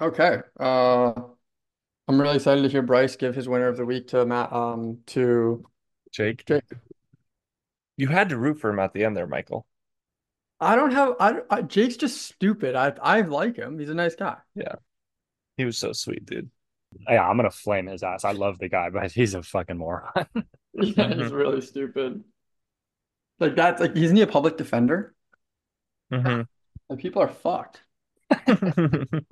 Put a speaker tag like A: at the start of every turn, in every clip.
A: Okay. Uh, I'm really excited to hear Bryce give his winner of the week to Matt, um, to
B: Jake,
A: Jake.
B: you had to root for him at the end there, Michael.
A: I don't have I, don't- I Jake's just stupid. I I like him. He's a nice guy.
B: He was so sweet, dude.
C: Yeah, I'm gonna flame his ass. I love the guy, but he's a fucking moron.
A: Yeah, he's really stupid. Like that's like isn't he a public defender?
B: Mhm.
A: Like people are fucked.
B: True.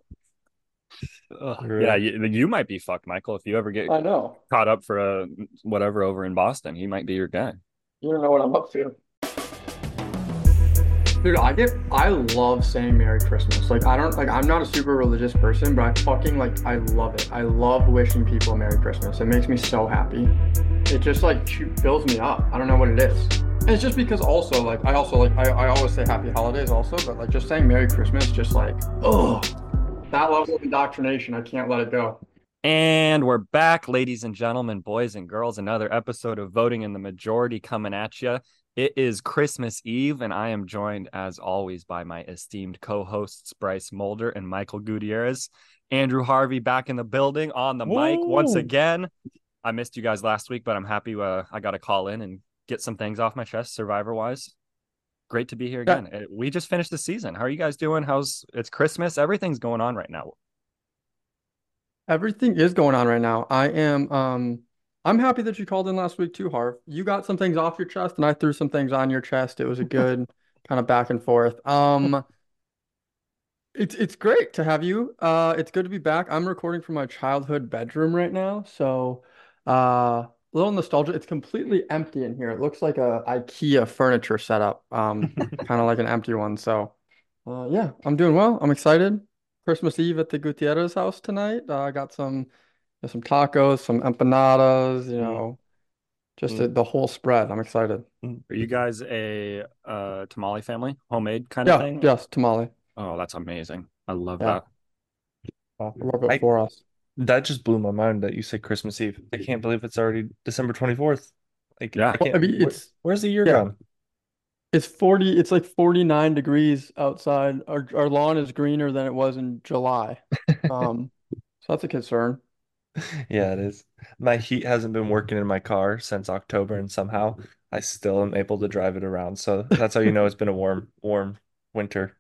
C: Yeah, you, you might be fucked, Michael, if you ever get
A: I know.
C: caught up for a whatever over in Boston. He might be your guy.
A: You don't know what I'm up to. Dude, I get I love saying Merry Christmas. Like I don't like I'm not a super religious person, but I fucking like I love it. I love wishing people Merry Christmas. It makes me so happy. It just like chu- fills me up. I don't know what it is. And it's just because also like I also like I, I always say happy holidays also, but like just saying Merry Christmas just like oh that level of indoctrination, I can't let it go.
C: And we're back, ladies and gentlemen, boys and girls. Another episode of Voting in the Majority coming at you. It is Christmas Eve, and I am joined, as always, by my esteemed co hosts, Bryce Mulder and Michael Gutierrez. Andrew Harvey back in the building on the mic once
B: Woo!
C: again. I missed you guys last week, but I'm happy uh, I got to call in and get some things off my chest, survivor wise. Great to be here
A: Yeah.
C: again. Uh, We just finished the season. How are you guys doing? How's it's Christmas? Everything's going on right now.
A: Everything is going on right now. I am um I'm happy that you called in last week too, Harv. You got some things off your chest and I threw some things on your chest. It was a good kind of back and forth. Um it's it's great to have you. Uh it's good to be back. I'm recording from my childhood bedroom right now, so uh a little nostalgia. It's completely empty in here. It looks like a IKEA furniture setup. Um kind of like an empty one. So uh yeah, I'm doing well. I'm excited. Christmas Eve at the Gutierrez house tonight. Uh, I got some there's some tacos, some empanadas, you
C: Mm.
A: know, just
C: Mm.
A: the, the whole spread. I'm excited.
C: Are you guys a uh, tamale family, homemade kind of
A: Yeah,
C: thing?
A: yes, tamale.
C: Oh, that's amazing. I love
A: Yeah.
C: that.
A: I love it
B: I-
A: for us.
B: That just blew my mind that you said Christmas Eve. I can't believe it's already December 24th. Like,
C: Yeah.
B: I
A: Well,
B: can't,
A: I mean,
B: where-
A: it's
B: where's the year
A: yeah.
B: gone?
A: It's 40, it's like 49 degrees outside. Our our lawn is greener than it was in July. Um, so that's a concern.
B: Yeah, it is. My heat hasn't been working in my car since October, and somehow I still am able to drive it around. So that's how you know it's been a warm, warm winter.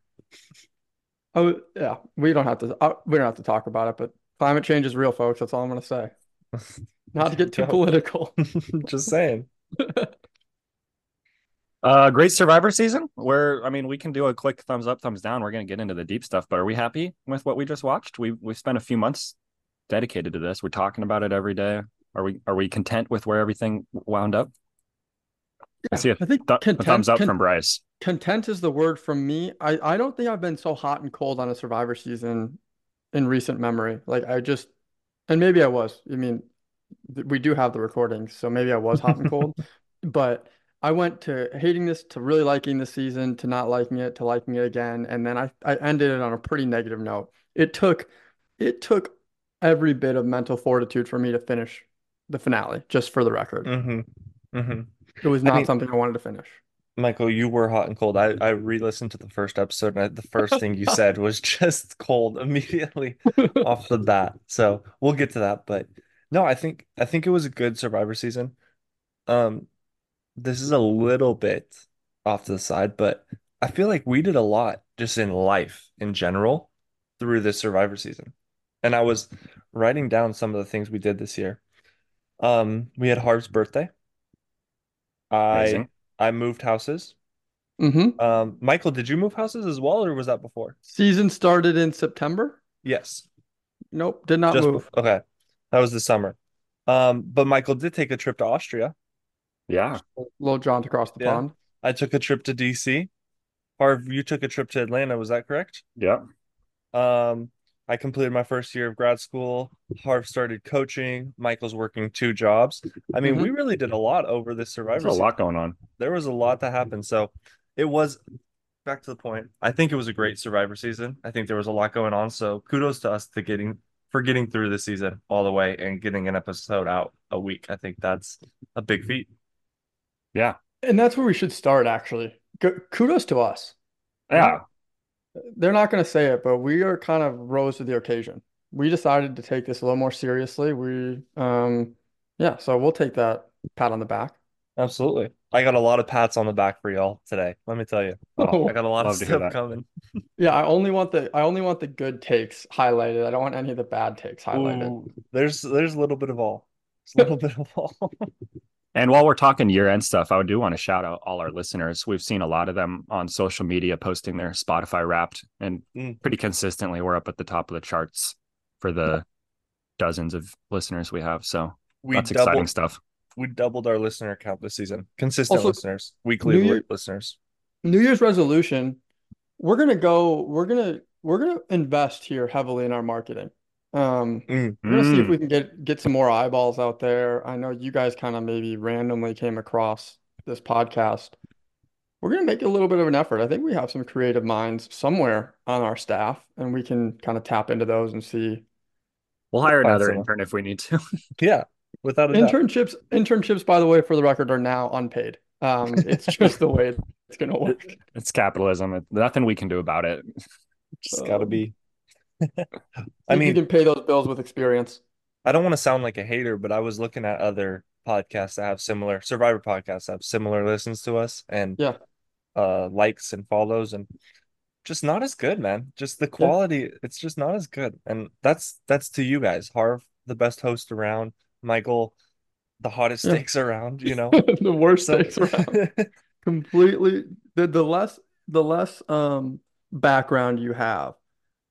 A: Oh, yeah, we don't have to uh, we don't have to talk about it, but climate change is real, folks. That's all I'm gonna say. Not to get too
B: Yeah.
A: political.
B: Just saying.
C: Uh, great Survivor season. Where I mean, we can do a quick thumbs up, thumbs down. We're gonna get into the deep stuff, but are we happy with what we just watched? We we spent a few months dedicated to this. We're talking about it every day. Are we are we content with where everything wound up? I see a,
A: I think
C: thu- a
A: content
C: thumbs up
A: con-
C: from Bryce.
A: Content is the word from me. I, I don't think I've been so hot and cold on a Survivor season in recent memory. Like I just, and maybe I was. I mean, th- we do have the recordings, so maybe I was hot and cold. But I went to hating this to really liking this season to not liking it to liking it again, and then I I ended it on a pretty negative note. It took it took every bit of mental fortitude for me to finish the finale, just for the record.
B: hmm hmm
A: It was
B: I
A: not
B: mean-
A: something I wanted to finish.
B: Michael, you were hot and cold. I, I re-listened to the first episode, and I, the first thing you said was just cold immediately off the bat. So we'll get to that, but no, I think I think it was a good Survivor season. Um, this is a little bit off to the side, but I feel like we did a lot just in life in general through this Survivor season. And I was writing down some of the things we did this year. Um, we had Harv's birthday. I
C: Amazing.
B: I moved houses.
A: hmm
B: Um, Michael, did you move houses as well, or was that before?
A: Season started in September.
B: Yes.
A: Nope, did not
B: Just
A: move.
B: okay. That was the summer. Um, but Michael did take a trip to Austria.
C: Yeah.
A: Little jaunt across the
B: Yeah.
A: pond.
B: I took a trip to DC. Harv, you took a trip to Atlanta, was that correct?
C: Yeah.
B: Um, I completed my first year of grad school. Harv started coaching. Michael's working two jobs. I mean,
A: Mhm.
B: we really did a lot over this
C: There's
B: Survivor
C: Mm-hmm. a
B: season.
C: lot going on.
B: There was a lot that happened. So it was back to the point. I think it was a great Survivor season. I think there was a lot going on. So kudos to us to getting for getting through the season all the way and getting an episode out a week. I think that's a big feat.
A: And that's where we should start, actually. Go- kudos to us.
C: Yeah.
A: they're not going to say it, but we are kind of rose to the occasion. We decided to take this a little more seriously. We, um, yeah, so we'll take that pat on the back.
B: Absolutely. I got a lot of pats on the back for y'all today. Let me tell you.
A: Oh,
B: I got a lot of
C: love to hear
B: stuff
C: that.
B: coming.
A: Yeah, I only want the I only want the good takes highlighted. I don't want any of the bad takes highlighted.
B: Ooh, there's there's a little bit of all. It's a little bit of all.
C: And while we're talking year end stuff, I do want to shout out all our listeners. We've seen a lot of them on social media posting their Spotify wrapped, and
B: Mm.
C: pretty consistently, we're up at the top of the charts for the dozens of listeners we have. So
B: We
C: that's
B: doubled
C: exciting stuff.
B: we doubled our listener count this season. Consistent
A: Also,
B: listeners, weekly
A: New Year-
B: alert listeners.
A: New Year's resolution, we're gonna go, we're gonna we're gonna invest here heavily in our marketing. Um,
B: Mm.
A: We're gonna see if
C: Mm.
A: we can get get some more eyeballs out there. I know you guys kind of maybe randomly came across this podcast. We're gonna make a little bit of an effort. I think we have some creative minds somewhere on our staff, and we can kind of tap into those and see.
C: We'll hire another
B: Awesome.
C: intern if we need to.
B: Yeah, without a doubt.
A: Internships, internships, by the way, for the record, are now unpaid. Um, it's just the way it's gonna work.
C: it's capitalism. It- Nothing we can do about it.
B: Just gotta
A: Um,
B: be. I
A: I mean,
B: mean,
A: you can pay those bills with experience.
B: I don't want to sound like a hater, but I was looking at other podcasts that have similar Survivor podcasts that have similar listens to us and
A: Yeah.
B: uh likes and follows and just not as good, man. Just the quality, it's just not as good. And that's that's to you guys. Harv, the best host around, Michael, the hottest
A: Yeah.
B: takes around, you know.
A: The worst
B: So
A: things around. completely the the less the less um background you have,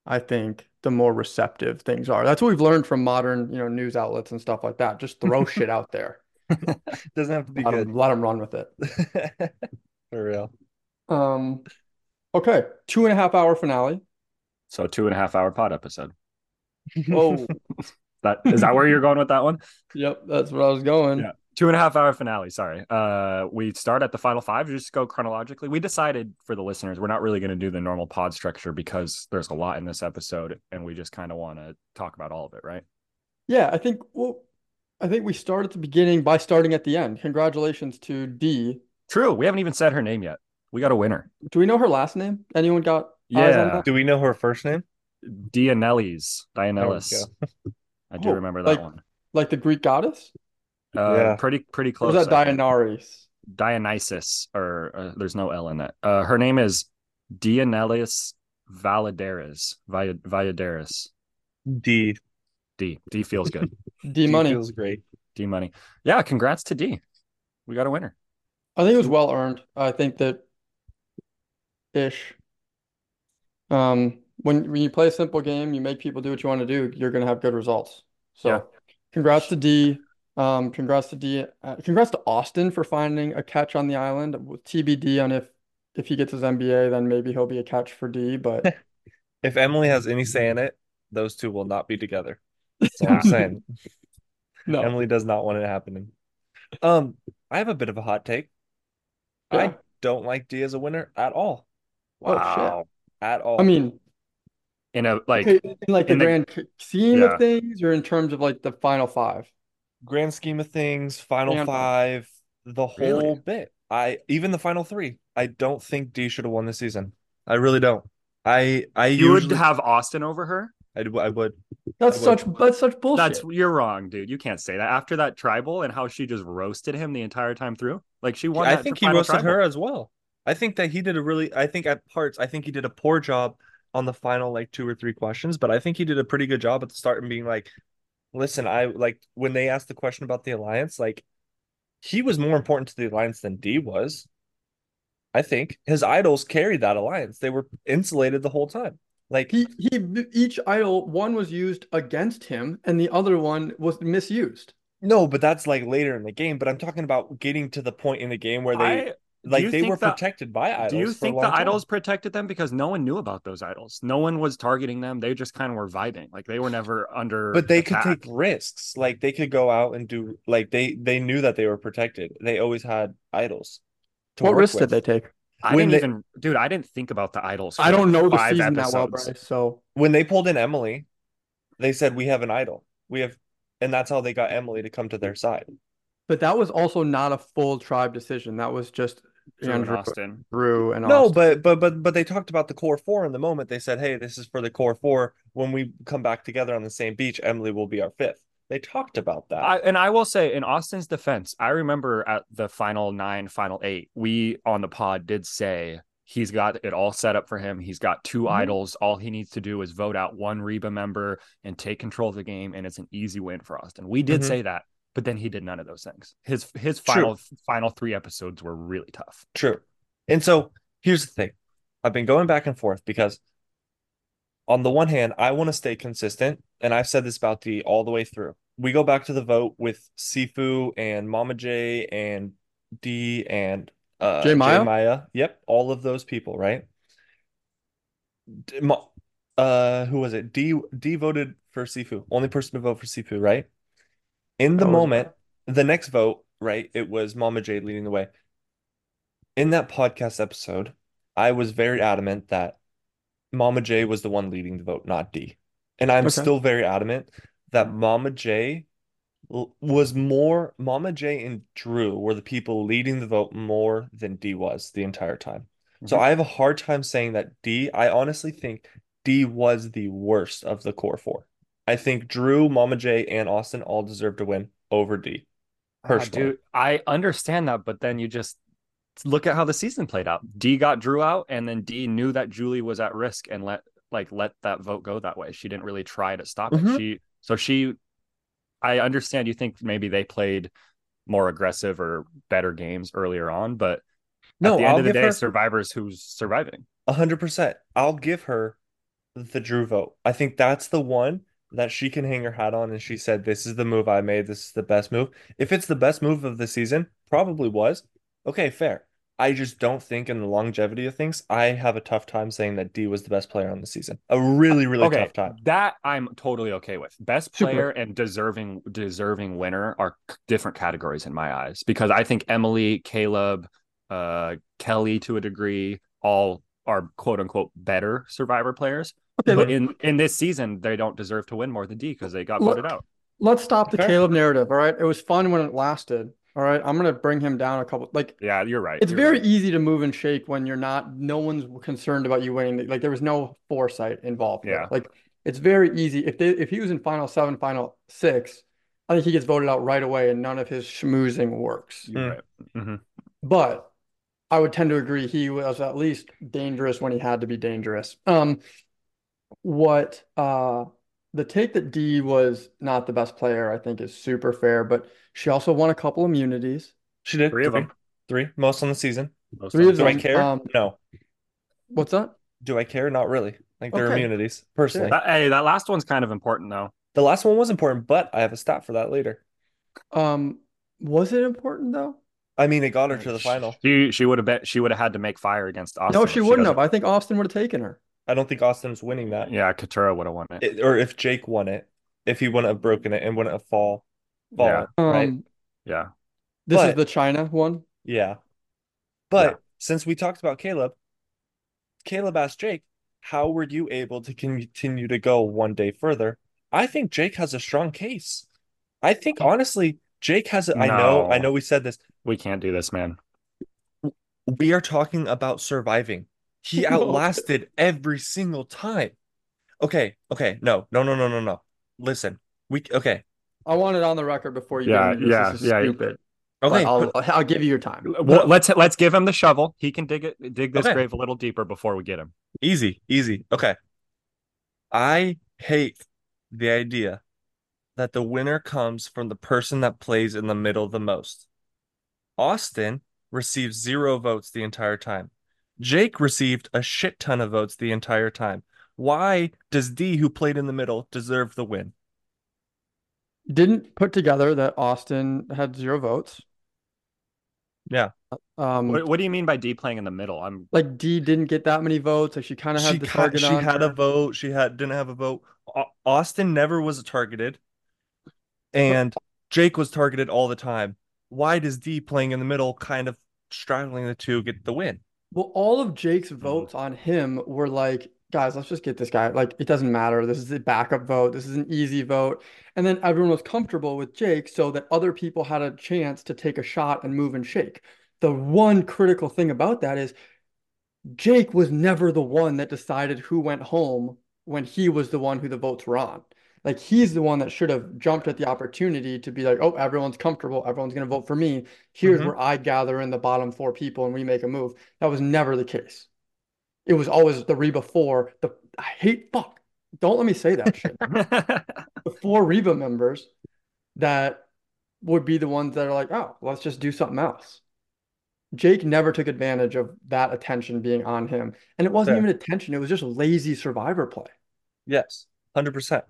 A: I think the more receptive things are. That's what we've learned from modern, you know, news outlets and stuff like that. Just throw shit out there.
B: doesn't have to be
A: Let them,
B: good.
A: let 'em run with it.
B: For real.
A: Um, okay, two and a half hour finale.
C: So two and a half hour pod episode.
A: Oh,
C: That is that where you're going with that one?
A: yep, that's where I was going.
C: Yeah. Two and a half hour finale. Sorry. Uh, we start at the final five. Just go chronologically. We decided for the listeners, we're not really going to do the normal pod structure because there's a lot in this episode, and we just kind of want to talk about all of it, right?
A: Yeah, I think well, I think we start at the beginning by starting at the end. Congratulations to D.
C: True. We haven't even said her name yet. We got a winner.
A: Do we know her last name? Anyone got eyes on
C: Yeah.
A: that?
B: Do we know her first name?
C: Dianellis. Dianellis. I do
A: Oh,
C: remember
A: like-
C: that one.
A: Like the Greek goddess?
C: Uh,
B: Yeah.
C: Pretty pretty
A: Or
C: close.
A: is that
C: I think.
A: Dianaris?
C: Dionysus, or uh, there's no L in that. Uh, her name is Dianelis Valadares. Via- Valladares.
B: D.
C: D. D feels good.
A: D money.
B: feels great.
C: D money. Yeah, congrats to D. We got a winner.
A: I think it was well earned. I think that ish. Um, when when you play a simple game, you make people do what you want to do, you're gonna have good results. So
C: Yeah.
A: congrats to D. Um, congrats to D. Uh, congrats to Austin for finding a catch on the island. With TBD on if if he gets his MBA, then maybe he'll be a catch for D. But
B: If Emily has any say in it, those two will not be together. That's all I'm saying.
A: no,
B: Emily does not want it happening. Um, I have a bit of a hot take.
A: Yeah.
B: I don't like D as a winner at all.
A: Oh, shit.
B: At all.
A: I mean,
C: In a like
A: okay, in like the
C: in the-
A: grand scheme of
C: Yeah.
A: things, or in terms of like the final five.
B: grand scheme of things, final
A: Grand-
B: five, the
C: Really?
B: whole bit. I even the final three. I don't think D should have won this season. I really don't. I I
C: you would
B: usually
C: have Austin over her.
B: I, d- I would.
A: That's
B: I would-
A: such that's such bullshit.
C: That's you're wrong, dude. You can't say that after that tribal and how she just roasted him the entire time through. Like she won.
B: I
C: that
B: think
C: tr-
B: he
C: final
B: roasted
C: tribal.
B: her as well. I think that he did a really. I think at parts, I think he did a poor job on the final like two or three questions, but I think he did a pretty good job at the start and being like, "Listen, I like when they asked the question about the alliance, like he was more important to the alliance than D was. I think his idols carried that alliance. They were insulated the whole time. Like
A: He he each idol one was used against him and the other one was misused.
B: no, but that's like later in the game. But I'm talking about getting to the point in the game where they
C: I-
B: like
C: you
B: they
C: think
B: were
C: that-
B: protected by idols.
C: do you
B: for a
C: think the
B: long time.
C: idols protected them because no one knew about those idols? No one was targeting them. They just kind of were vibing. Like they were never under.
B: but they
C: attack.
B: could take risks like they could go out and do like they they knew that they were protected they always had idols to
A: What
B: work
A: risk did
B: with.
A: they take?
C: I
B: when
C: didn't
B: they-
C: even, dude. I didn't think about the idols.
A: I don't know the
C: Five
A: season that well,
C: episodes.
A: Bryce. So
B: when they pulled in emily they said we have an idol we have and that's how they got emily to come to their side
A: but that was also not a full tribe decision. That was just
C: Jordan
A: Andrew,
C: Austin.
A: Brew, and
B: No,
A: Austin.
B: but but but but they talked about the core four in the moment. They said, "Hey, this is for the core four. When we come back together on the same beach, Emily will be our fifth. They talked about that.
C: I, and I will say, in Austin's defense, I remember at the final nine, final eight, we on the pod did say he's got it all set up for him. He's got 2
B: Mhm.
C: idols. All he needs to do is vote out one Reba member and take control of the game, and it's an easy win for Austin. We did
B: Mhm.
C: say that, but then he did none of those things. His his
B: True.
C: final final three episodes were really tough.
B: True. And so here's the thing. I've been going back and forth because on the one hand, I want to stay consistent, and I've said this about the all the way through. We go back to the vote with Sifu and Mama J and D and uh
A: Jay Maya?
B: Yep, all of those people, right? D- Ma- uh who was it? D D voted for Sifu. Only person to vote for Sifu, right? In
A: That
B: the
A: was-
B: moment, the next vote, right? It was Mama J leading the way. In that podcast episode, I was very adamant that Mama J was the one leading the vote, not D. And I'm
A: Okay.
B: still very adamant that Mama J l- was more, Mama J and Drew were the people leading the vote more than D was the entire time. So
C: Mhm.
B: I have a hard time saying that D, I honestly think D was the worst of the core four. I think Drew, Mama J, and Austin all deserve to win over D.
C: Ah,
B: personally.
C: dude, I understand that, but then you just look at how the season played out. D got Drew out, and then D knew that Julie was at risk and let like let that vote go that way. She didn't really try to stop
B: Mhm.
C: it. She so she I understand you think maybe they played more aggressive or better games earlier on, but
B: No,
C: at the end
B: I'll
C: of the
B: give
C: day,
B: her-
C: survivors who's surviving.
B: A hundred percent. I'll give her the Drew vote. I think that's the one that she can hang her hat on, and she said, "This is the move I made. This is the best move." If it's the best move of the season, probably was. Okay, fair. I just don't think in the longevity of things, I have a tough time saying that D was the best player on the season. A really, really
C: okay,
B: tough time.
C: that I'm totally okay with. Best
A: Super.
C: player and deserving deserving winner are c- different categories in my eyes because I think Emily, Caleb, uh, Kelly to a degree all are quote unquote better survivor players.
A: Okay,
C: but
A: let,
C: in in this season, they don't deserve to win more than D because they got
A: Look-
C: voted out.
A: let's stop the
B: Fair.
A: Caleb narrative. All right, it was fun when it lasted. All right, I'm gonna bring him down a couple. Like
C: Yeah, you're right.
A: it's
C: you're
A: very
C: right.
A: easy to move and shake when you're not. No one's concerned about you winning. Like there was no foresight involved. there.
C: Yeah.
A: Like it's very easy. If they if he was in final seven, final six, I think he gets voted out right away, and none of his schmoozing works.
C: You're
B: Mm.
C: right. Mhm.
A: but I would tend to agree he was at least dangerous when he had to be dangerous. Um, what uh, the take that D was not the best player, I think, is super fair, but she also won a couple immunities.
B: She did
C: Three of
B: three,
C: them.
B: three, most on the season.
C: Most
A: Three
C: of
A: of
B: Do I
C: them.
A: them.
B: care?
A: Um,
B: No.
A: What's that?
B: Do I care? Not really. Like they're
A: Okay.
B: immunities, personally.
C: That- hey, that last one's kind of important though.
B: The last one was important, but I have a stat for that later.
A: Um, was it important though?
B: I mean, it got her to the final.
C: She she would have bet she would have had to make fire against Austin.
A: No,
C: if
A: she wouldn't have.
C: doesn't-
A: I think Austin would have taken her.
B: I don't think Austin's winning that.
C: Yeah, Katura would have won it.
B: it, or if Jake won it, if he wouldn't have broken it and wouldn't have fall, fall,
C: Yeah.
B: right?
A: Um,
C: Yeah.
A: this is
B: But-
A: the China one.
B: Yeah. But since we talked about Caleb, Caleb asked Jake, "How were you able to continue to go one day further?" I think Jake has a strong case. I think honestly, Jake has a, I know, I
C: No.
B: know we said this.
C: We can't do this, man.
B: We are talking about surviving. He
A: No.
B: outlasted every single time. Okay, okay, no, no, no, no, no, no. Listen, we okay,
A: I want it on the record before you
C: Yeah,
A: get into this.
C: yeah,
A: This is
C: yeah.
A: stupid. but
B: okay.
A: I'll I'll give you your time.
C: Well, let's let's give him the shovel. He can dig it, dig this
B: Okay.
C: grave a little deeper before we get him.
B: Easy, easy. Okay. I hate the idea that the winner comes from the person that plays in the middle the most. Austin received zero votes the entire time. Jake received a shit ton of votes the entire time. Why does D, who played in the middle, deserve the win?
A: Didn't put together that Austin had zero votes.
B: Yeah.
A: Um,
B: Mm.
C: What, what do you mean by D playing in the middle? I'm
A: like D didn't get that many votes. Like she kind of had
B: She
A: the
B: ca-
A: target
B: she
A: on
B: had a
A: her.
B: vote. She had didn't have a vote. Au- Austin never was targeted, and Jake was targeted all the time. Why does D playing in the middle, kind of straddling the two, get the win?
A: Well, all of Jake's votes on him were like, guys, let's just get this guy. Like, it doesn't matter. This is a backup vote. This is an easy vote. And then everyone was comfortable with Jake so that other people had a chance to take a shot and move and shake. the one critical thing about that is Jake was never the one that decided who went home when he was the one who the votes were on. Like he's the one that should have jumped at the opportunity to be like, oh, everyone's comfortable. Everyone's going to vote for me. Here's
B: Mhm.
A: where I gather in the bottom four people and we make a move. That was never the case. It was always the Reba four. The I hate fuck. Don't let me say that shit. The four Reba members that would be the ones that are like, oh, let's just do something else. Jake never took advantage of that attention being on him. And it wasn't
B: Fair.
A: even attention, it was just lazy survivor play.
B: Yes, 100%.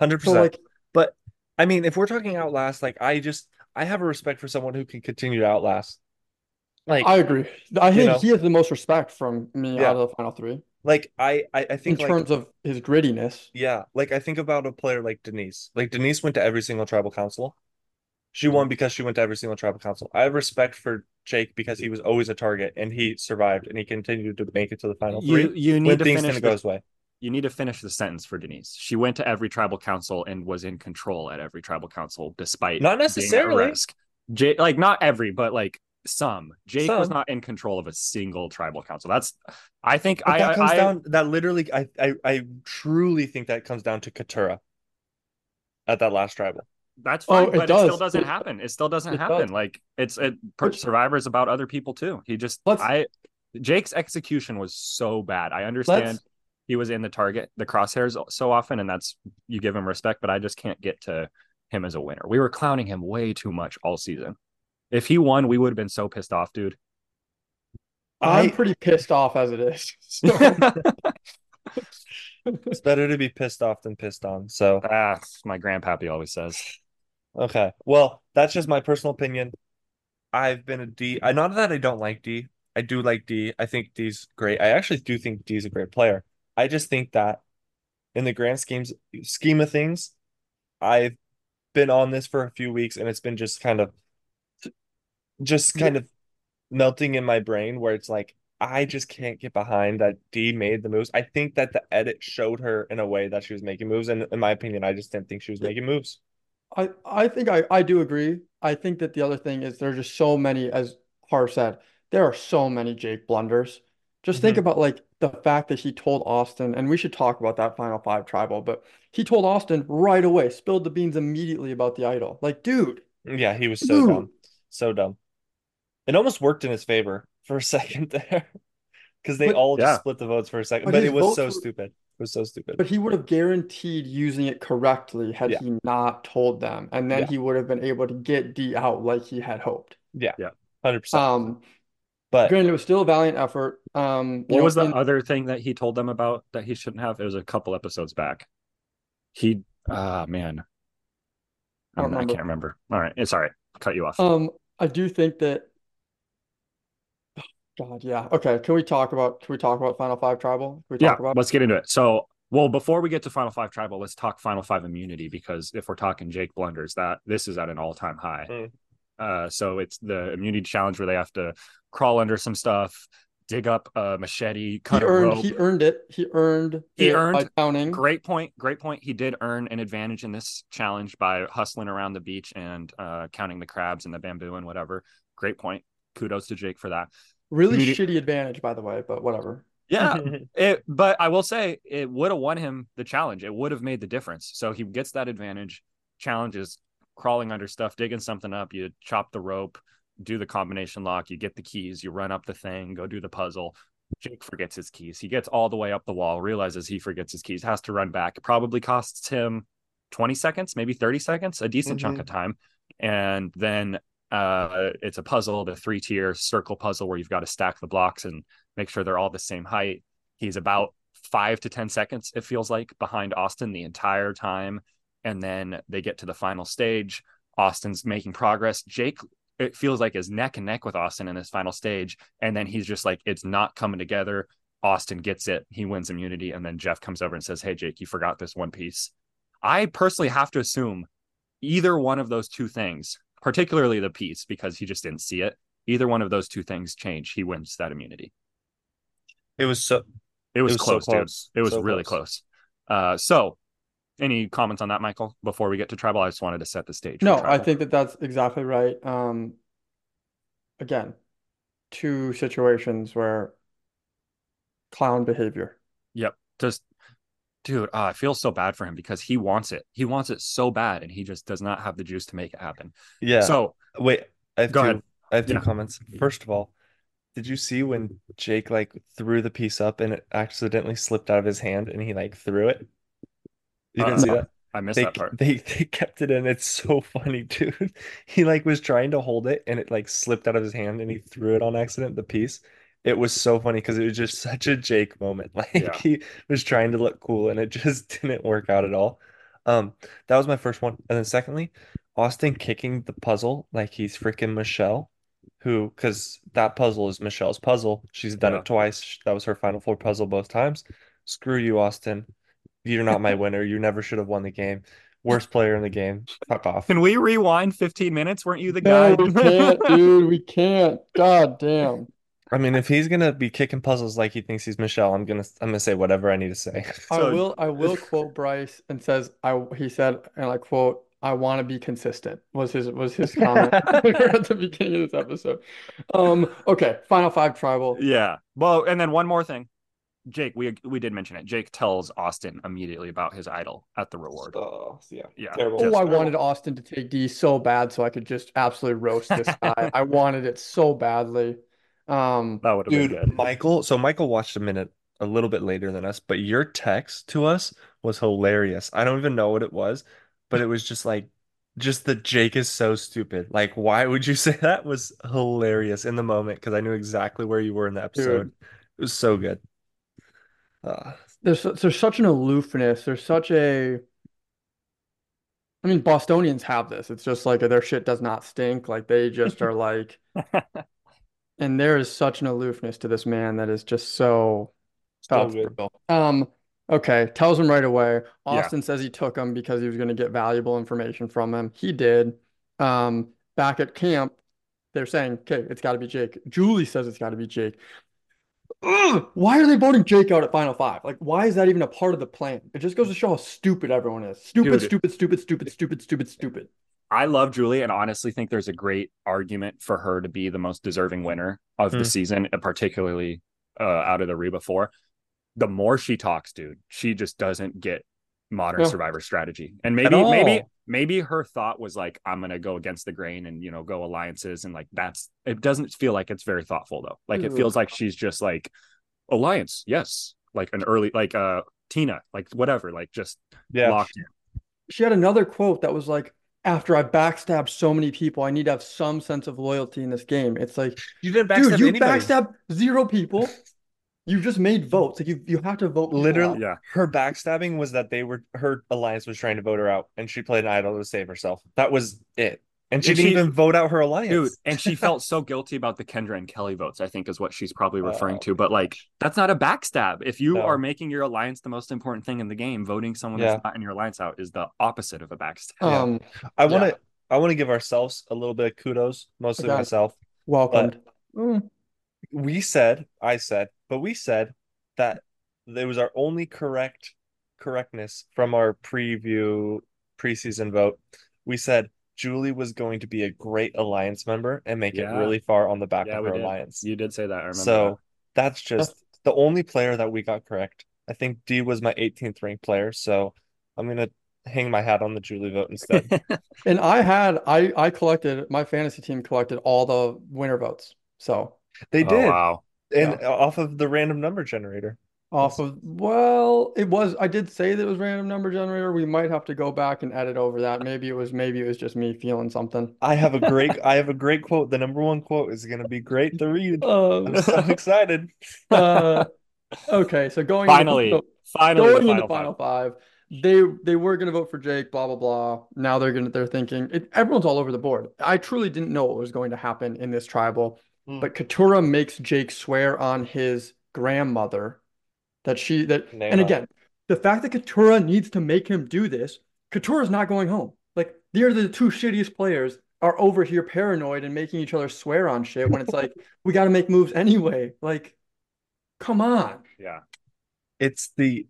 B: 100%.
A: So like
B: But I mean, if we're talking outlast, like I just I have a respect for someone who can continue to outlast. Like
A: I agree. I
B: You
A: think
B: know?
A: he has the most respect from me
B: Yeah.
A: out of the final three
B: like I I, I
A: in
B: think like
A: terms of his grittiness.
B: yeah, like I think about a player like Denise. Like Denise went to every single tribal council. She
C: Mm-hmm.
B: won because she went to every single tribal council. I have respect for Jake because he was always a target and he survived and he continued to make it to the final
C: you
B: three
C: you
B: when
C: need to
B: things
C: finish
B: didn't
C: the-
B: go his way.
C: you need to finish the sentence for Denise. She went to every tribal council and was in control at every tribal council, despite
B: Not
C: being at
B: necessarily.
C: risk. Jake, like not every, but like some. Jake was
B: Some.
C: not in control of a single tribal council. That's, I think,
B: But
C: I,
B: that
C: I,
B: comes
C: I-
B: down that literally I, I I truly think that comes down to Katura at that last tribal.
C: that's
A: Oh,
C: fine,
A: it
C: but it still
A: does.
C: doesn't
A: It-
C: happen. It still doesn't
A: it
C: happen.
A: does.
C: Like it's it per,
A: But-
C: Survivor is about other people too. He just,
A: Let's-
C: I, Jake's execution was so bad. I understand.
A: Let's
C: he was in the target, the crosshairs so often, and that's you give him respect, but I just can't get to him as a winner. We were clowning him way too much all season. If he won, we would have been so pissed off, dude.
A: I'm
B: I-
A: pretty pissed off as it is. So,
C: ah,
B: It's better to be pissed off than pissed on. So,
C: Ah, my grandpappy always says.
B: okay. Well, that's just my personal opinion. I've been a D. I not that I don't like D. I do like D. I think D's great. I actually do think D's a great player. I just think that in the grand schemes scheme of things, I've been on this for a few weeks and it's been just kind of just
A: Yeah.
B: kind of melting in my brain where it's like I just can't get behind that D made the moves. I think that the edit showed her in a way that she was making moves, and in my opinion, I just didn't think she was making moves.
A: I, I think I, I do agree. I think that the other thing is there are just so many, as Harv said, there are so many Jake blunders. Just think
B: Mhm.
A: about like the fact that he told Austin, and we should talk about that final five tribal, but he told Austin right away, spilled the beans immediately about the idol. Like, dude,
B: Yeah, he was so dumb,
A: Dude.
B: so dumb. It almost worked in his favor for a second there, because they
A: But-
B: all just
C: Yeah.
B: split the votes for a second.
A: But
B: But
A: his
B: it was
A: votes
B: so
A: were-
B: stupid. It was so stupid.
A: But he would have guaranteed using it correctly had
B: Yeah.
A: he not told them, and then
B: Yeah.
A: he would have been able to get D out like he had hoped.
B: Hundred percent.
A: Um,
B: But
A: granted, it was still a valiant effort. Um, you
C: What
A: know,
C: was the
A: in-
C: other thing that he told them about that he shouldn't have? It was a couple episodes back. He, ah, man.
A: I
C: I,
A: don't
C: don't know, I can't remember. All right. It's all right. Cut you off.
A: um, I do think that. God, yeah. Okay, can we talk about can we talk about Final Five Tribal? Can we
C: yeah,
A: talk about?
C: let's get into it. So, well, before we get to Final Five Tribal, let's talk Final Five immunity because if we're talking Jake blunders, that this is at an all-time high.
A: Hmm.
B: Mm.
C: Uh, so it's the immunity challenge where they have to crawl under some stuff, dig up a machete,
A: He
C: cut a
A: earned
C: rope.
A: he earned it. He earned
C: He
A: it by
C: earned-
A: counting.
C: Great point. Great point. He did earn an advantage in this challenge by hustling around the beach and uh, counting the crabs and the bamboo and whatever. Great point. Kudos to Jake for that.
A: Really
C: Immediate-
A: shitty advantage, by the way, but whatever.
C: Yeah, It, but I will say it would have won him the challenge. It would have made the difference. So he gets that advantage. Challenge is crawling under stuff, digging something up. You chop the rope, do the combination lock. You get the keys. You run up the thing. Go do the puzzle. Jake forgets his keys. He gets all the way up the wall, realizes he forgets his keys, has to run back. It probably costs him 20 seconds, maybe 30 seconds, a decent chunk
B: Mhm.
C: of time. And then uh, it's a puzzle, the three tier circle puzzle where you've got to stack the blocks and make sure they're all the same height. He's about five to 10 seconds, it feels like, behind Austin the entire time. And then they get to the final stage. Austin's making progress. Jake, it feels like, is neck and neck with Austin in this final stage. And then he's just like, it's not coming together. Austin gets it. He wins immunity. And then Jeff comes over and says, Hey, Jake, you forgot this one piece. I personally have to assume either one of those two things, particularly the piece, because he just didn't see it. Either one of those two things change. He wins that immunity.
B: it was so
C: It was,
B: was so
C: close,
B: close.
C: dude. It was
B: So
C: really
B: close.
C: close. Uh, so, any comments on that, Michael? Before we get to tribal, I just wanted to set the stage. for
A: No, I
C: tribal.
A: think that that's exactly right. Um, again, two situations where clown behavior.
C: Just, dude, ah, I feel so bad for him because he wants it. He wants it so bad, and he just does not have the juice to make it happen.
B: Yeah.
C: So
B: Wait, I have
C: Go
B: two,
C: ahead.
B: I have two
C: Yeah.
B: comments. First of all, did you see when Jake like threw the piece up and it accidentally slipped out of his hand and he like threw it? You didn't
C: Uh,
B: see
C: no.
B: that?
C: I missed
B: They
C: that part.
B: they they kept it in. It's so funny, dude. He like was trying to hold it and it like slipped out of his hand and he threw it on accident, the piece. It was so funny because it was just such a Jake moment. Like
C: Yeah.
B: he was trying to look cool and it just didn't work out at all. Um, that was my first one. And then secondly, Austin kicking the puzzle like he's freaking Michelle, who, because that puzzle is Michelle's puzzle. She's done
C: Yeah.
B: it twice. Sh- That was her final four puzzle both times. Screw you, Austin. You're not my winner. You never should have won the game. Worst player in the game. Fuck off.
C: Can we rewind 15 minutes? Weren't you the
A: No,
C: guy?
A: we can't, dude. We can't. God damn.
B: I mean, if he's gonna be kicking puzzles like he thinks he's Michelle, I'm gonna I'm gonna say whatever I need to say.
A: I
C: So-
A: will I will quote Bryce and says I he said and I quote I want to be consistent was his was his comment at the beginning of this episode. Um okay, final five tribal.
C: Yeah. Well, and then one more thing. Jake, we we did mention it. Jake tells Austin immediately about his idol at the reward.
B: Oh, yeah.
C: Yeah.
B: Terrible.
A: Oh,
C: Just-
A: I wanted Austin to take D so bad so I could just absolutely roast this guy. I wanted it so badly. Um
C: That would have been
B: Dude,
C: good.
B: Michael, so Michael watched a minute a little bit later than us, but your text to us was hilarious. I don't even know what it was, but it was just like, just that Jake is so stupid. Like, why would you say that was hilarious in the moment? Because I knew exactly where you were in the episode. It was so good. Uh,
A: there's su- there's such an aloofness. There's such a I mean, Bostonians have this. It's just like their shit does not stink. Like they just are like and there is such an aloofness to this man that is just so
B: so
A: tough.
B: good.
A: Um, okay, tells him right away.
C: Yeah.
A: Austin says he took him because he was going to get valuable information from him. He did. Um, back at camp, they're saying, okay, it's got to be Jake. Julie says it's got to be Jake. Ugh, why are they voting Jake out at Final Five? Like, why is that even a part of the plan? It just goes to show how stupid everyone is. Stupid,
C: Dude.
A: stupid, stupid, stupid, stupid, stupid, stupid.
C: I love Julie and honestly think there's a great argument for her to be the most deserving winner of
B: Hmm.
C: the season, and particularly uh, out of the Reba four. The more she talks, dude, she just doesn't get modern
A: No.
C: survivor strategy. And maybe, maybe,
B: all.
C: maybe her thought was like, I'm gonna go against the grain and you know go alliances and like that's. It doesn't feel like it's very thoughtful though. Like it
A: Ooh.
C: feels like she's just like alliance, yes, like an early like uh Tina, like whatever, like just
B: Yeah.
C: locked in.
A: She had another quote that was like, after I backstabbed so many people, I need to have some sense of loyalty in this game. It's like,
B: You didn't
A: Dude, you backstab zero people. You just made votes. Like you, you have to vote people
B: Literally-
A: out.
C: Yeah,
B: Her backstabbing was that they were her alliance was trying to vote her out, and she played an idol to save herself. That was it. And she
C: And
B: didn't
C: she-
B: even vote out her alliance.
C: dude and she felt so guilty about the kendra and kelly votes i think is what she's probably referring
B: Oh,
C: to but like that's not a backstab if you
B: No.
C: are making your alliance the most important thing in the game voting someone
B: Yeah.
C: that's not in your alliance out is the opposite of a backstab
B: Yeah.
A: Um,
B: I want to I want to give ourselves a little bit of kudos, mostly
A: Okay.
B: myself.
A: welcomed. Mm,
B: We said, I said, but we said that it was our only correct correctness from our preview preseason vote. We said Julie was going to be a great alliance member and make
C: Yeah.
B: it really far on the back
C: Yeah,
B: of
C: we
B: her
C: did.
B: alliance.
C: you did say that i remember
B: So that's just the only player that we got correct. I think D was my 18th ranked player, so I'm gonna hang my hat on the Julie vote instead.
C: that.
A: And I had, I, I collected. My fantasy team collected all the winner votes. So
B: They
C: Oh,
B: did.
C: wow
B: And off of the random number generator.
A: off of, well, it was. I did say that it was random number generator. We might have to go back and edit over that. Maybe it was. Maybe it was just me feeling something.
B: I have a great I have a great quote. The number one quote is gonna be great to read. I'm
A: Um,
B: so excited.
A: uh, okay, so going into-
C: finally finally the
A: going into
C: final
A: final
C: five.
A: five. They they were gonna vote for Jake, blah blah blah. Now they're gonna they're thinking it, everyone's all over the board. I truly didn't know what was going to happen in this tribal,
C: Hmm.
B: Mm.
A: but Katura makes Jake swear on his grandmother that she that
B: Name
A: and
B: it.
A: again the fact that Katura needs to make him do this, Katura's not going home. Like they're the two shittiest players are over here paranoid and making each other swear on shit when it's like we gotta make moves anyway. Like, come on.
C: yeah
B: It's the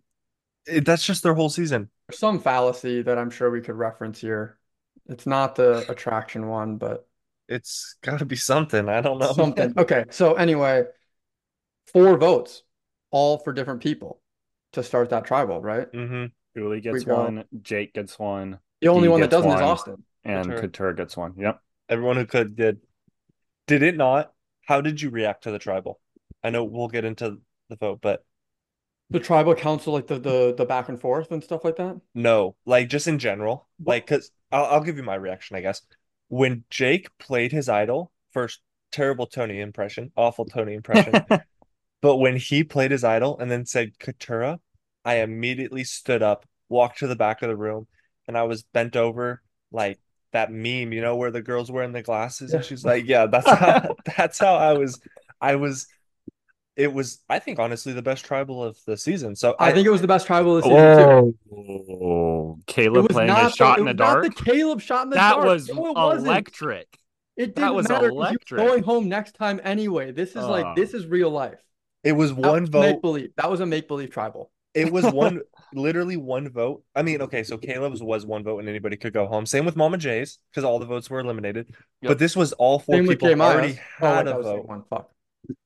B: it, that's just their whole season.
A: some fallacy that I'm sure we could reference here. It's not the attraction one, but
B: It's gotta be something. I don't know.
A: Something. Okay. So anyway, four votes, all for different people to start that tribal, right?
B: hmm
C: Julie gets
A: go.
C: one, Jake gets one,
A: The only
C: He
A: one that
C: gets
A: doesn't is
C: one.
A: Austin.
C: and
B: Couture.
C: Couture gets one. Yep.
B: Everyone who could did. Did it not? How did you react to the tribal? I know we'll get into the vote, but
A: The tribal council, like the the the back and forth and stuff like that.
B: no, like just in general,
A: What-
B: like because I'll, I'll give you my reaction, I guess. When Jake played his idol, first terrible Tony impression, awful Tony impression. But when he played his idol and then said Katura, I immediately stood up, walked to the back of the room, and I was bent over like that meme, you know, where the girl's wearing the glasses and
A: Yeah.
B: she's like, Yeah, that's how that's how I was I was it was I think honestly the best tribal of the season. So
A: I think it was the best tribal this season too.
C: Oh,
A: It
C: Caleb
A: was
C: playing
A: not
C: his shot
A: the,
C: in the
A: it was
C: dark.
A: Not the Caleb shot in the
C: that
A: dark.
C: was
A: No, it wasn't.
C: electric.
A: It
C: that
A: didn't
C: was
A: matter 'cause you
C: electric.
A: were going home next time anyway. This is
C: Oh.
A: like this is real life.
B: it was
A: That
B: one
A: was
B: vote.
A: make believe. That was a make believe tribal.
B: It was one literally one vote. I mean, okay, so Caleb's was one vote and anybody could go home. Same with Mama Jay's, because all the votes were eliminated.
C: Yep.
B: But this was all four
A: Same with
B: people
A: Jay Myers.
B: already
A: Oh, wait,
B: had
A: that
B: a
A: was
B: vote.
A: one. Fuck.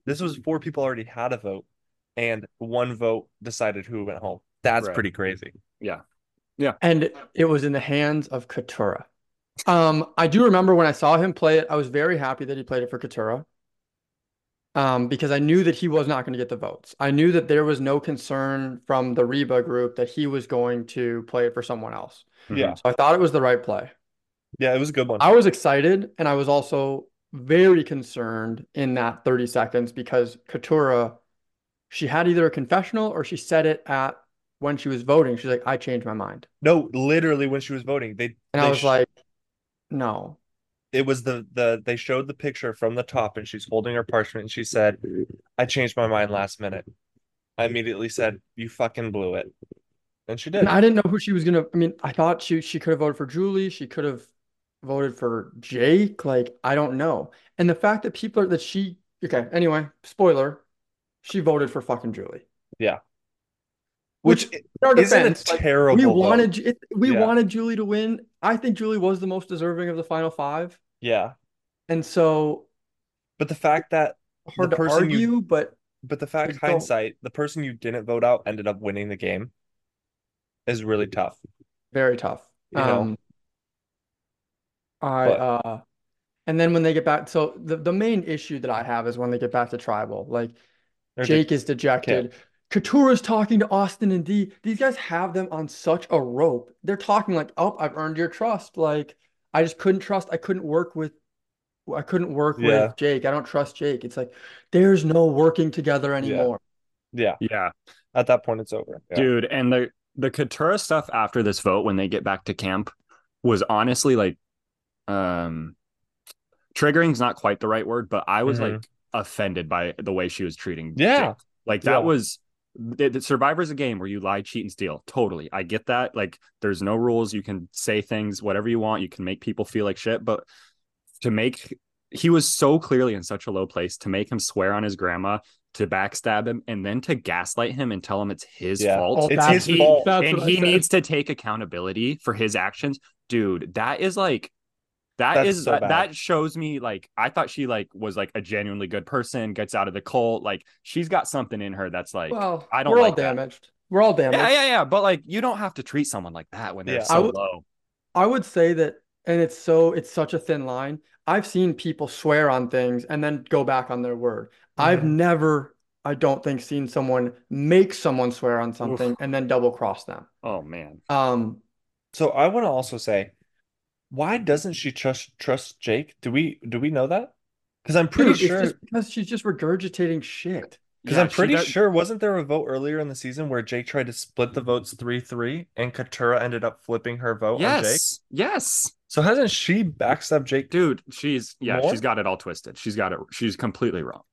B: This was four people already had a vote, and one vote decided who went home. That's
C: Right.
B: pretty crazy.
A: And it was in the hands of Katura. Um, I do remember when I saw him play it, I was very happy that he played it for Katura. Um, because I knew that he was not going to get the votes. I knew that there was no concern from the Reba group that he was going to play it for someone else.
B: Yeah.
A: So I thought it was the right play.
B: Yeah, it was a good one.
A: I was excited and I was also very concerned in that 30 seconds because Katura, she had either a confessional or she said it at when she was voting. She's like, I changed my mind.
B: No, literally when she was voting, they
A: And I
B: they
A: was
B: sh-
A: like, no.
B: it was the the they showed the picture from the top and she's holding her parchment and she said, I changed my mind last minute. I immediately said, You fucking blew it. And she did.
A: And I didn't know who she was gonna. I mean, I thought she she could have voted for Julie. She could have voted for Jake. Like, I don't know. And the fact that people are that she okay. Anyway, spoiler, she voted for fucking Julie.
B: Yeah.
A: Which,
B: Which
A: in our
B: isn't a
A: defense, like,
B: terrible
A: we
B: vote.
A: wanted it, we
B: Yeah.
A: wanted Julie to win. I think Julie was the most deserving of the final five,
B: Yeah.
A: and so
B: But the fact that
A: hard to
B: the person
A: argue.
B: you
A: But
B: But the fact
A: Like, don't-
B: hindsight, the person you didn't vote out ended up winning the game is really tough.
A: very tough.
B: You know.
A: Um, I
B: But-
A: uh and then when they get back, so the, the main issue that I have is when they get back to tribal, like
B: Or did-
A: Jake is dejected. Katura's talking to Austin and D. These guys have them on such a rope. They're talking like, "Oh, I've earned your trust." Like, I just couldn't trust. I couldn't work with. I couldn't work
B: Yeah.
A: with Jake. I don't trust Jake. It's like there's no working together anymore.
B: yeah,
C: Yeah.
B: at that point it's over. Yeah.
C: dude and the the Katura stuff after this vote when they get back to camp was honestly like um triggering's not quite the right word but i was
B: Mhm.
C: like offended by the way she was treating
B: Yeah.
C: Jake. like that
B: Yeah.
C: was the, the survivor's a game where you lie cheat and steal totally i get that like there's no rules you can say things whatever you want you can make people feel like shit but to make he was so clearly in such a low place to make him swear on his grandma to backstab him and then to gaslight him and tell him it's his
B: Yeah.
C: fault
A: Oh,
B: It's
A: that's what-
B: his fault.
A: that's
C: and
A: what I
C: he
A: said.
C: needs to take accountability for his actions dude that is like that
B: That's
C: is
B: so
C: that,
B: bad.
C: that shows me like i thought she like was like a genuinely good person gets out of the cult like she's got something in her that's like
A: Well,
C: I don't
A: we're all
C: like that.
A: damaged. We're all
C: yeah
A: damaged.
C: yeah yeah but like you don't have to treat someone like that when they're
B: Yeah.
C: so
A: I would-
C: low
A: I would say that, and it's so it's such a thin line. I've seen people swear on things and then go back on their word. I've
B: Mhm.
A: never, I don't think, seen someone make someone swear on something and then double cross them.
C: oh man
A: Um,
B: So I want to also say, why doesn't she trust trust Jake? Do we do we know that? Because I'm pretty
A: dude, it's
B: sure
A: just because she's just regurgitating shit.
B: because
C: Yeah,
B: I'm
C: she
B: pretty
C: does-
B: sure wasn't there a vote earlier in the season where Jake tried to split the votes three three and Katura ended up flipping her vote on Jake?
C: yes yes
B: So hasn't she backstabbed Jake?
C: dude she's yeah
B: More?
C: she's got it all twisted she's got it she's completely wrong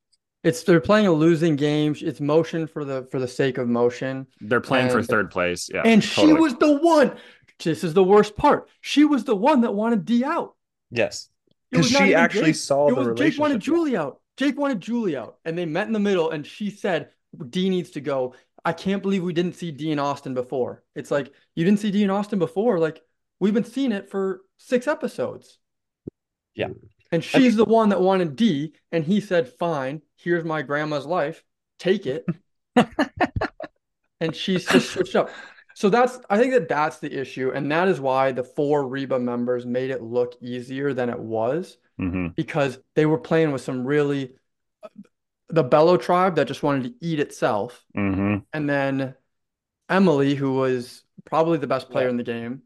A: It's they're playing a losing game. It's motion for the for the sake of motion.
C: they're playing for
A: And-
C: third place yeah
A: And she
C: totally.
A: was the one. This is the worst part. She was the one that wanted D out.
B: Yes,
A: It
B: because
A: was not
B: she
A: even
B: actually
A: Jake.
B: saw
A: It
B: the
A: was Jake wanted
B: relationship.
A: Julie out. Jake wanted Julie out, and they met in the middle. And she said, "D needs to go." I can't believe we didn't see D and Austin before. It's like you didn't see D and Austin before. Like we've been seeing it for six episodes. And she's the one that wanted D, and he said, "Fine, here's my grandma's life, take it." and she's just switched up. So that's I think that that's the issue, and that is why the four Reba members made it look easier than it was
C: Mhm.
A: because they were playing with some really the Bello tribe that just wanted to eat itself,
C: Mhm.
A: and then Emily, who was probably the best player in the game.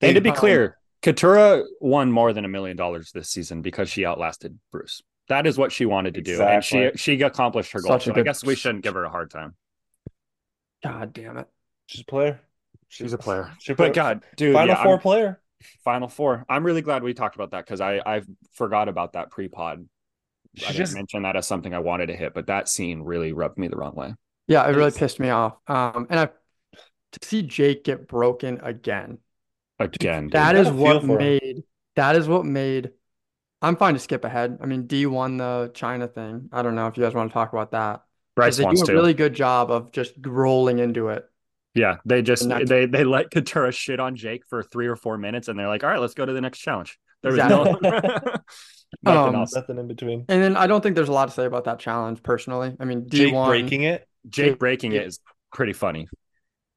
C: And to be
A: Um,
C: clear, Katura won more than a million dollars this season because she outlasted Bruce. That is what she wanted to do, and
B: Exactly.
C: she she accomplished her goal.
A: Such a
C: so I
A: good-
C: guess we shouldn't give her a hard time.
A: God damn it!
B: She's a player.
C: She's a player.
B: She's a player.
C: But God, dude,
B: Final
C: yeah,
B: 4
C: I'm-
B: player.
C: Final four. I'm really glad we talked about that because I I forgot about that pre pod. I
B: She
C: didn't
B: just
C: mention that as something I wanted to hit, but that scene really rubbed me the wrong way.
A: Yeah, it really
B: It's-
A: pissed me off. Um, and I to see Jake get broken again.
C: Again, dude.
A: That
B: got
A: is
B: a
A: what
B: feel for 'em.
A: made that is what made I'm fine to skip ahead. I mean, D won the China thing. I don't know if you guys want to talk about that. 'Cause
C: Bryce
A: they
C: wants
A: do a
C: to.
A: really good job of just rolling into it.
C: yeah, they just
A: And that's-
C: they they let Katura shit on Jake for three or four minutes, and they're like, "All right, let's go to the next challenge." There was
B: Exactly.
C: no
A: Um,
C: nothing else.
B: nothing in between.
A: And then I don't think there's a lot to say about that challenge personally. I mean,
B: Jake
A: D1
B: breaking it.
C: Jake breaking it is pretty funny.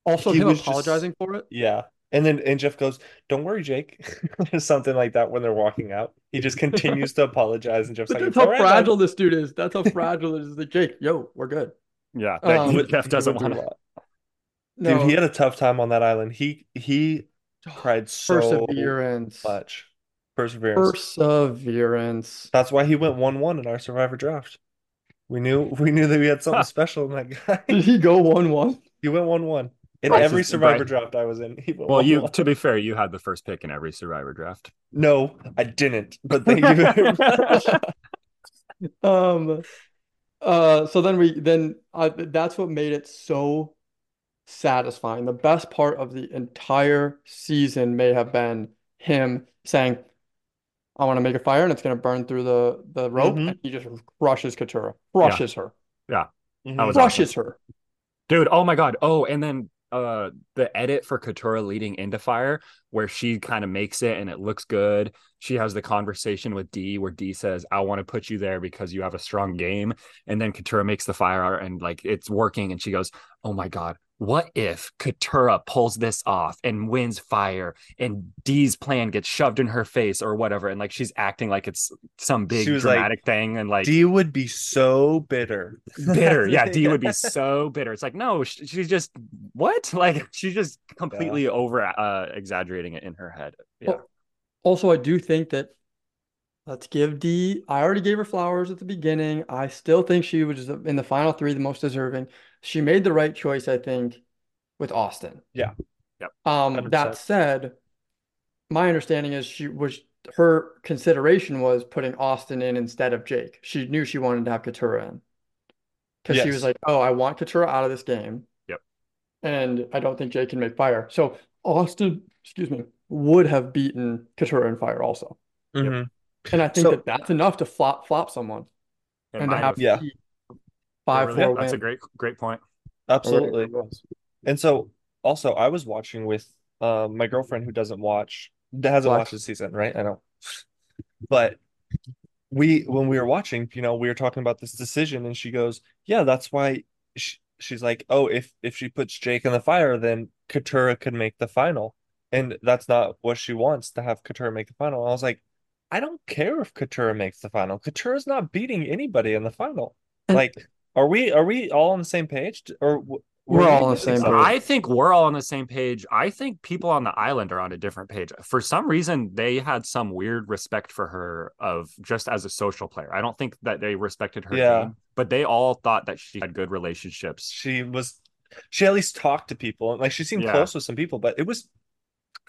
A: also
B: He
A: him
B: was just-
A: apologizing for it.
B: Yeah. And then and Jeff goes, "Don't worry, Jake," or something like that when they're walking out. He just continues to apologize, and Jeff's
A: But
B: like,
A: that's
B: "It's
A: how
B: all right, man."
A: fragile this dude is. That's how fragile it is. Like, Jake, yo, we're good.
C: Yeah, that
A: Um,
B: He-
C: Jeff
B: he
C: doesn't
B: went through
C: want
B: a
C: to.
B: lot. Dude,
A: No, Oh,
B: he had a tough time on that island. He he cried so
A: perseverance.
B: much. Perseverance.
A: Perseverance.
B: That's why he went one one in our survivor draft. We knew we knew that we had something special in that guy.
A: Did he go one one?
B: He went one one in
C: Bryce
B: every
C: is-
B: survivor
C: Bryce-
B: draft I was in. He went
C: Well, you
B: 1-1.
C: to be fair, you had the first pick in every Survivor draft.
B: No, I didn't. But thank you very much.
A: Um, uh, so then we then I that's what made it so satisfying. The best part of the entire season may have been him saying, "I want to make a fire and it's going to burn through the the rope,"
B: Mhm.
A: and he just crushes Katura, crushes her,
B: Mhm.
C: was
A: crushes her.
C: Dude, oh my god. Oh, and then uh the edit for Katura leading into fire where she kind of makes it and it looks good. She has the conversation with D where D says, "I want to put you there because you have a strong game." And then Katura makes the fire and like it's working and she goes, "Oh my god. What if Katura pulls this off and wins fire and D's plan gets shoved in her face or whatever and like she's acting like it's some big
B: She was like,
C: dramatic thing and like
B: D would be so bitter.
C: bitter. Yeah, D would be so bitter. It's like, no, sh- she's just what? Like she's just completely over uh exaggerating it in her head. Yeah.
A: Well, Also, I do think that let's give D. I already gave her flowers at the beginning. I still think she was in the final three, the most deserving. She made the right choice, I think, with Austin.
B: Yeah.
C: Yep.
A: Um,
B: 100%.
A: that said, my understanding is she was her consideration was putting Austin in instead of Jake. She knew she wanted to have Katura in because she was
B: Yes.
A: like, "Oh, I want Katura out of this game."
C: Yep.
A: And I don't think Jake can make fire. So Austin, excuse me, would have beaten Katura in fire also.
B: Mhm.
A: And I think
B: So-
A: that that's enough to flop flop someone
C: And
A: and to
C: mine
A: have
C: was-
B: Yeah.
A: the five
C: Yeah,
A: four win.
C: That's a great great point.
B: Absolutely. And so also I was watching with uh, my girlfriend who doesn't watch that hasn't
A: Watch.
B: watched the season, right? I don't. But we when we were watching, you know, we were talking about this decision and she goes, "Yeah, that's why she, she's like, "Oh, if if she puts Jake in the fire, then Katura could make the final." And that's not what she wants to have Katura make the final. I was like, "I don't care if Katura makes the final. Katura's not beating anybody in the final."
A: And-
B: Like, are we are we all on the same page or w-
A: We're
B: were we
A: all on the
B: missing
A: same
B: something?
A: page.
C: I think we're all on the same page. I think people on the island are on a different page. For some reason, they had some weird respect for her of just as a social player. I don't think that they respected her
B: Yeah.
C: game, but they all thought that she had good relationships.
B: she was she at least talked to people like she seemed
C: Yeah.
B: close with some people but it was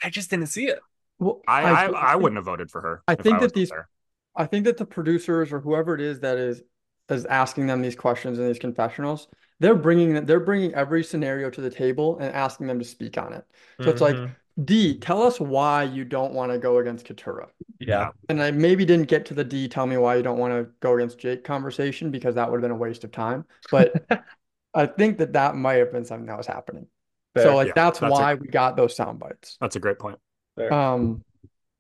B: i just didn't see it
A: Well,
C: I I,
A: think-
C: I wouldn't have voted for her.
A: I
C: if
A: think that
C: was
A: these-
C: there.
A: I think that the producers or whoever it is that is is asking them these questions in these confessionals, they're bringing they're bringing every scenario to the table and asking them to speak on it. So it's like,
C: Mm-hmm.
B: Mhm.
A: D, tell us why you don't want to go against Katura.
B: yeah
A: And I maybe didn't get to the D, tell me why you don't want to go against Jake conversation because that would have been a waste of time. But I think that that might have been something that was happening.
B: Fair.
A: So like
C: Yeah,
A: that's
C: that's a-
A: why we got those sound bites.
C: That's a great point.
A: Um,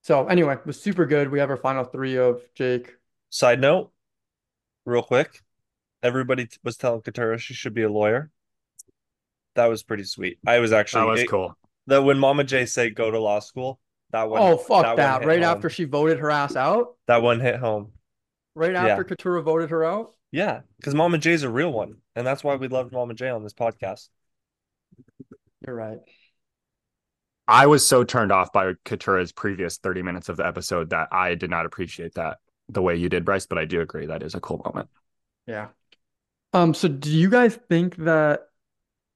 A: So anyway, it was super good. We have our final three of Jake.
B: Side note, real quick, everybody t- was telling Katara she should be a lawyer. That was pretty sweet. I was actually
C: That was
B: it-
C: cool.
B: that when Mama J said go to law school, that one
A: Oh fuck
B: one
A: that!
B: hit
A: Right
B: home.
A: after she voted her ass out,
B: that one hit home.
A: right
B: Yeah.
A: after Katura voted her out.
B: Yeah, because Mama J's a real one, and that's why we loved Mama J on this podcast.
A: You're right.
C: I was so turned off by Katura's previous 30 minutes of the episode that I did not appreciate that the way you did, Bryce, but I do agree that is a cool moment.
A: Yeah. Um, so do you guys think that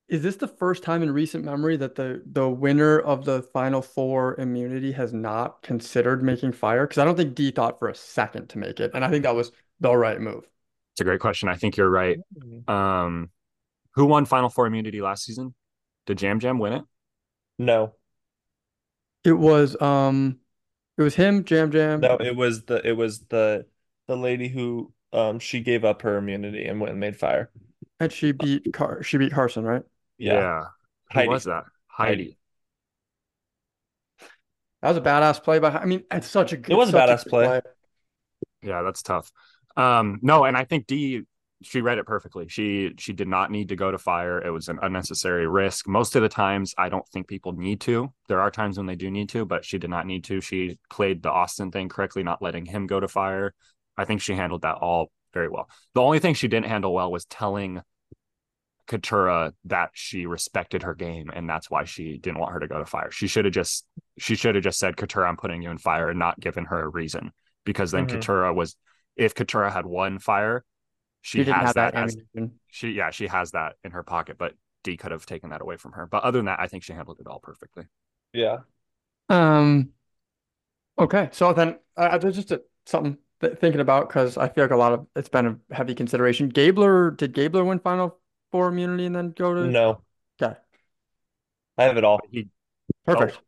A: is this the first time in recent memory that the the winner of the final four immunity has not considered making fire? Because I don't think D thought for a second to make it, and I think that was the right move.
C: It's a great question. I think you're right.
A: Mm-hmm.
C: Um, who won Final Four immunity last season? Did Jam Jam win it?
B: No,
A: It was um, it was him, Jam Jam.
B: no, it was the it was the the lady who um she gave up her immunity and went and made fire.
A: And she beat Car she beat Carson, right?
B: Yeah,
C: Who
B: Heidi.
C: was that?
B: Heidi.
C: Heidi.
A: That was a badass play by. I mean, it's such a good.
B: It was a
A: such
B: badass
A: good
B: play.
C: Yeah, that's tough. Um, no, and I think D she read it perfectly. She she did not need to go to fire. It was an unnecessary risk. Most of the times I don't think people need to. There are times when they do need to, but she did not need to. She played the Austin thing correctly, not letting him go to fire. I think she handled that all very well. The only thing she didn't handle well was telling Katura that she respected her game and that's why she didn't want her to go to fire. She should have just she should have just said, Katura, I'm putting you in fire and not given her a reason. Because then
B: Mhm.
C: Katura was if Katura had won fire, she,
A: She didn't
C: has
A: have
C: that,
A: that
C: as
A: ammunition.
C: she yeah, she has that in her pocket, but D could have taken that away from her. But other than that, I think she handled it all perfectly.
B: yeah.
A: Um, okay, so then uh, there's just a, something th thinking about because I feel like a lot of it's been a heavy consideration. Gabler, did Gabler win Final Four immunity and then go to?
B: No,
A: Okay,
B: I have it all.
C: He do
A: perfect.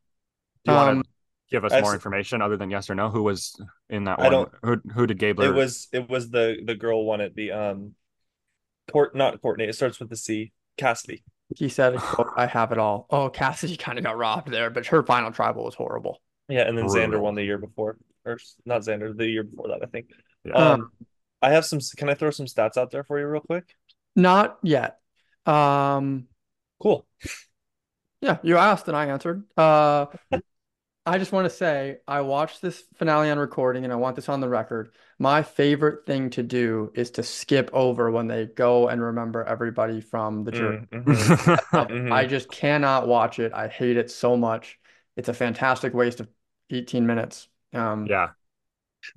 C: you
A: Um,
C: want to give us
B: I
C: more
B: s-
C: information other than yes or no? Who was in that
B: I
C: one?
B: don't-
C: Who who did Gabler
B: It was it was the the girl one at the um court not Courtney. It starts with the C. Cassidy.
A: He said, quote, "I have it all." Oh, Cassidy kind of got robbed there, but her final tribal was horrible.
B: Yeah, and then Xander
C: Brutal.
B: won the year before, or s- not Xander, the year before that, I think.
C: Yeah.
B: Um, I have some. s- Can I throw some stats out there for you real quick?
A: Not yet. Um,
B: Cool.
A: Yeah, you asked and I answered. Uh, I just want to say I watched this finale on recording and I want this on the record. My favorite thing to do is to skip over when they go and remember everybody from the jury.
B: Mm, mhm.
C: Mm-hmm.
A: Mm-hmm. I just cannot watch it. I hate it so much. It's a fantastic waste of 18 minutes. Um,
C: yeah.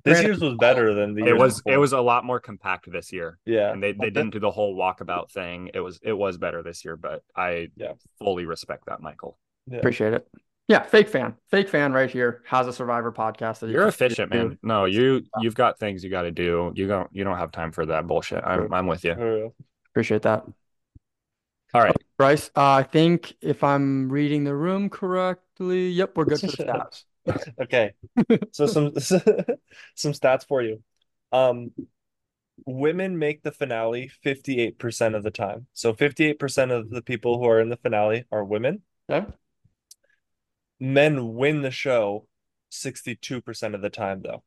B: This
A: Granted-
B: year's was better than the
C: it
B: year
C: was it
B: before.
C: was a lot more compact this year
B: Yeah.
C: and they, they didn't do the whole walkabout thing it was it was better this year but i
B: Yeah.
C: fully respect that michael
B: Yeah.
A: appreciate it. Yeah, fake fan. Fake fan right here has a Survivor podcast that you
C: you're
A: can
C: efficient
A: do.
C: man no you you've got things you got to do you don't you don't have time for that bullshit i'm, I'm with you
B: For real.
A: Appreciate that.
C: all right
A: Bryce, uh, I think if I'm reading the room correctly, yep, we're good for the stats.
B: Okay. So some some stats for you. Um, women make the finale 58% of the time. So 58% of the people who are in the finale are women.
A: Okay.
B: Men win the show 62% of the time though.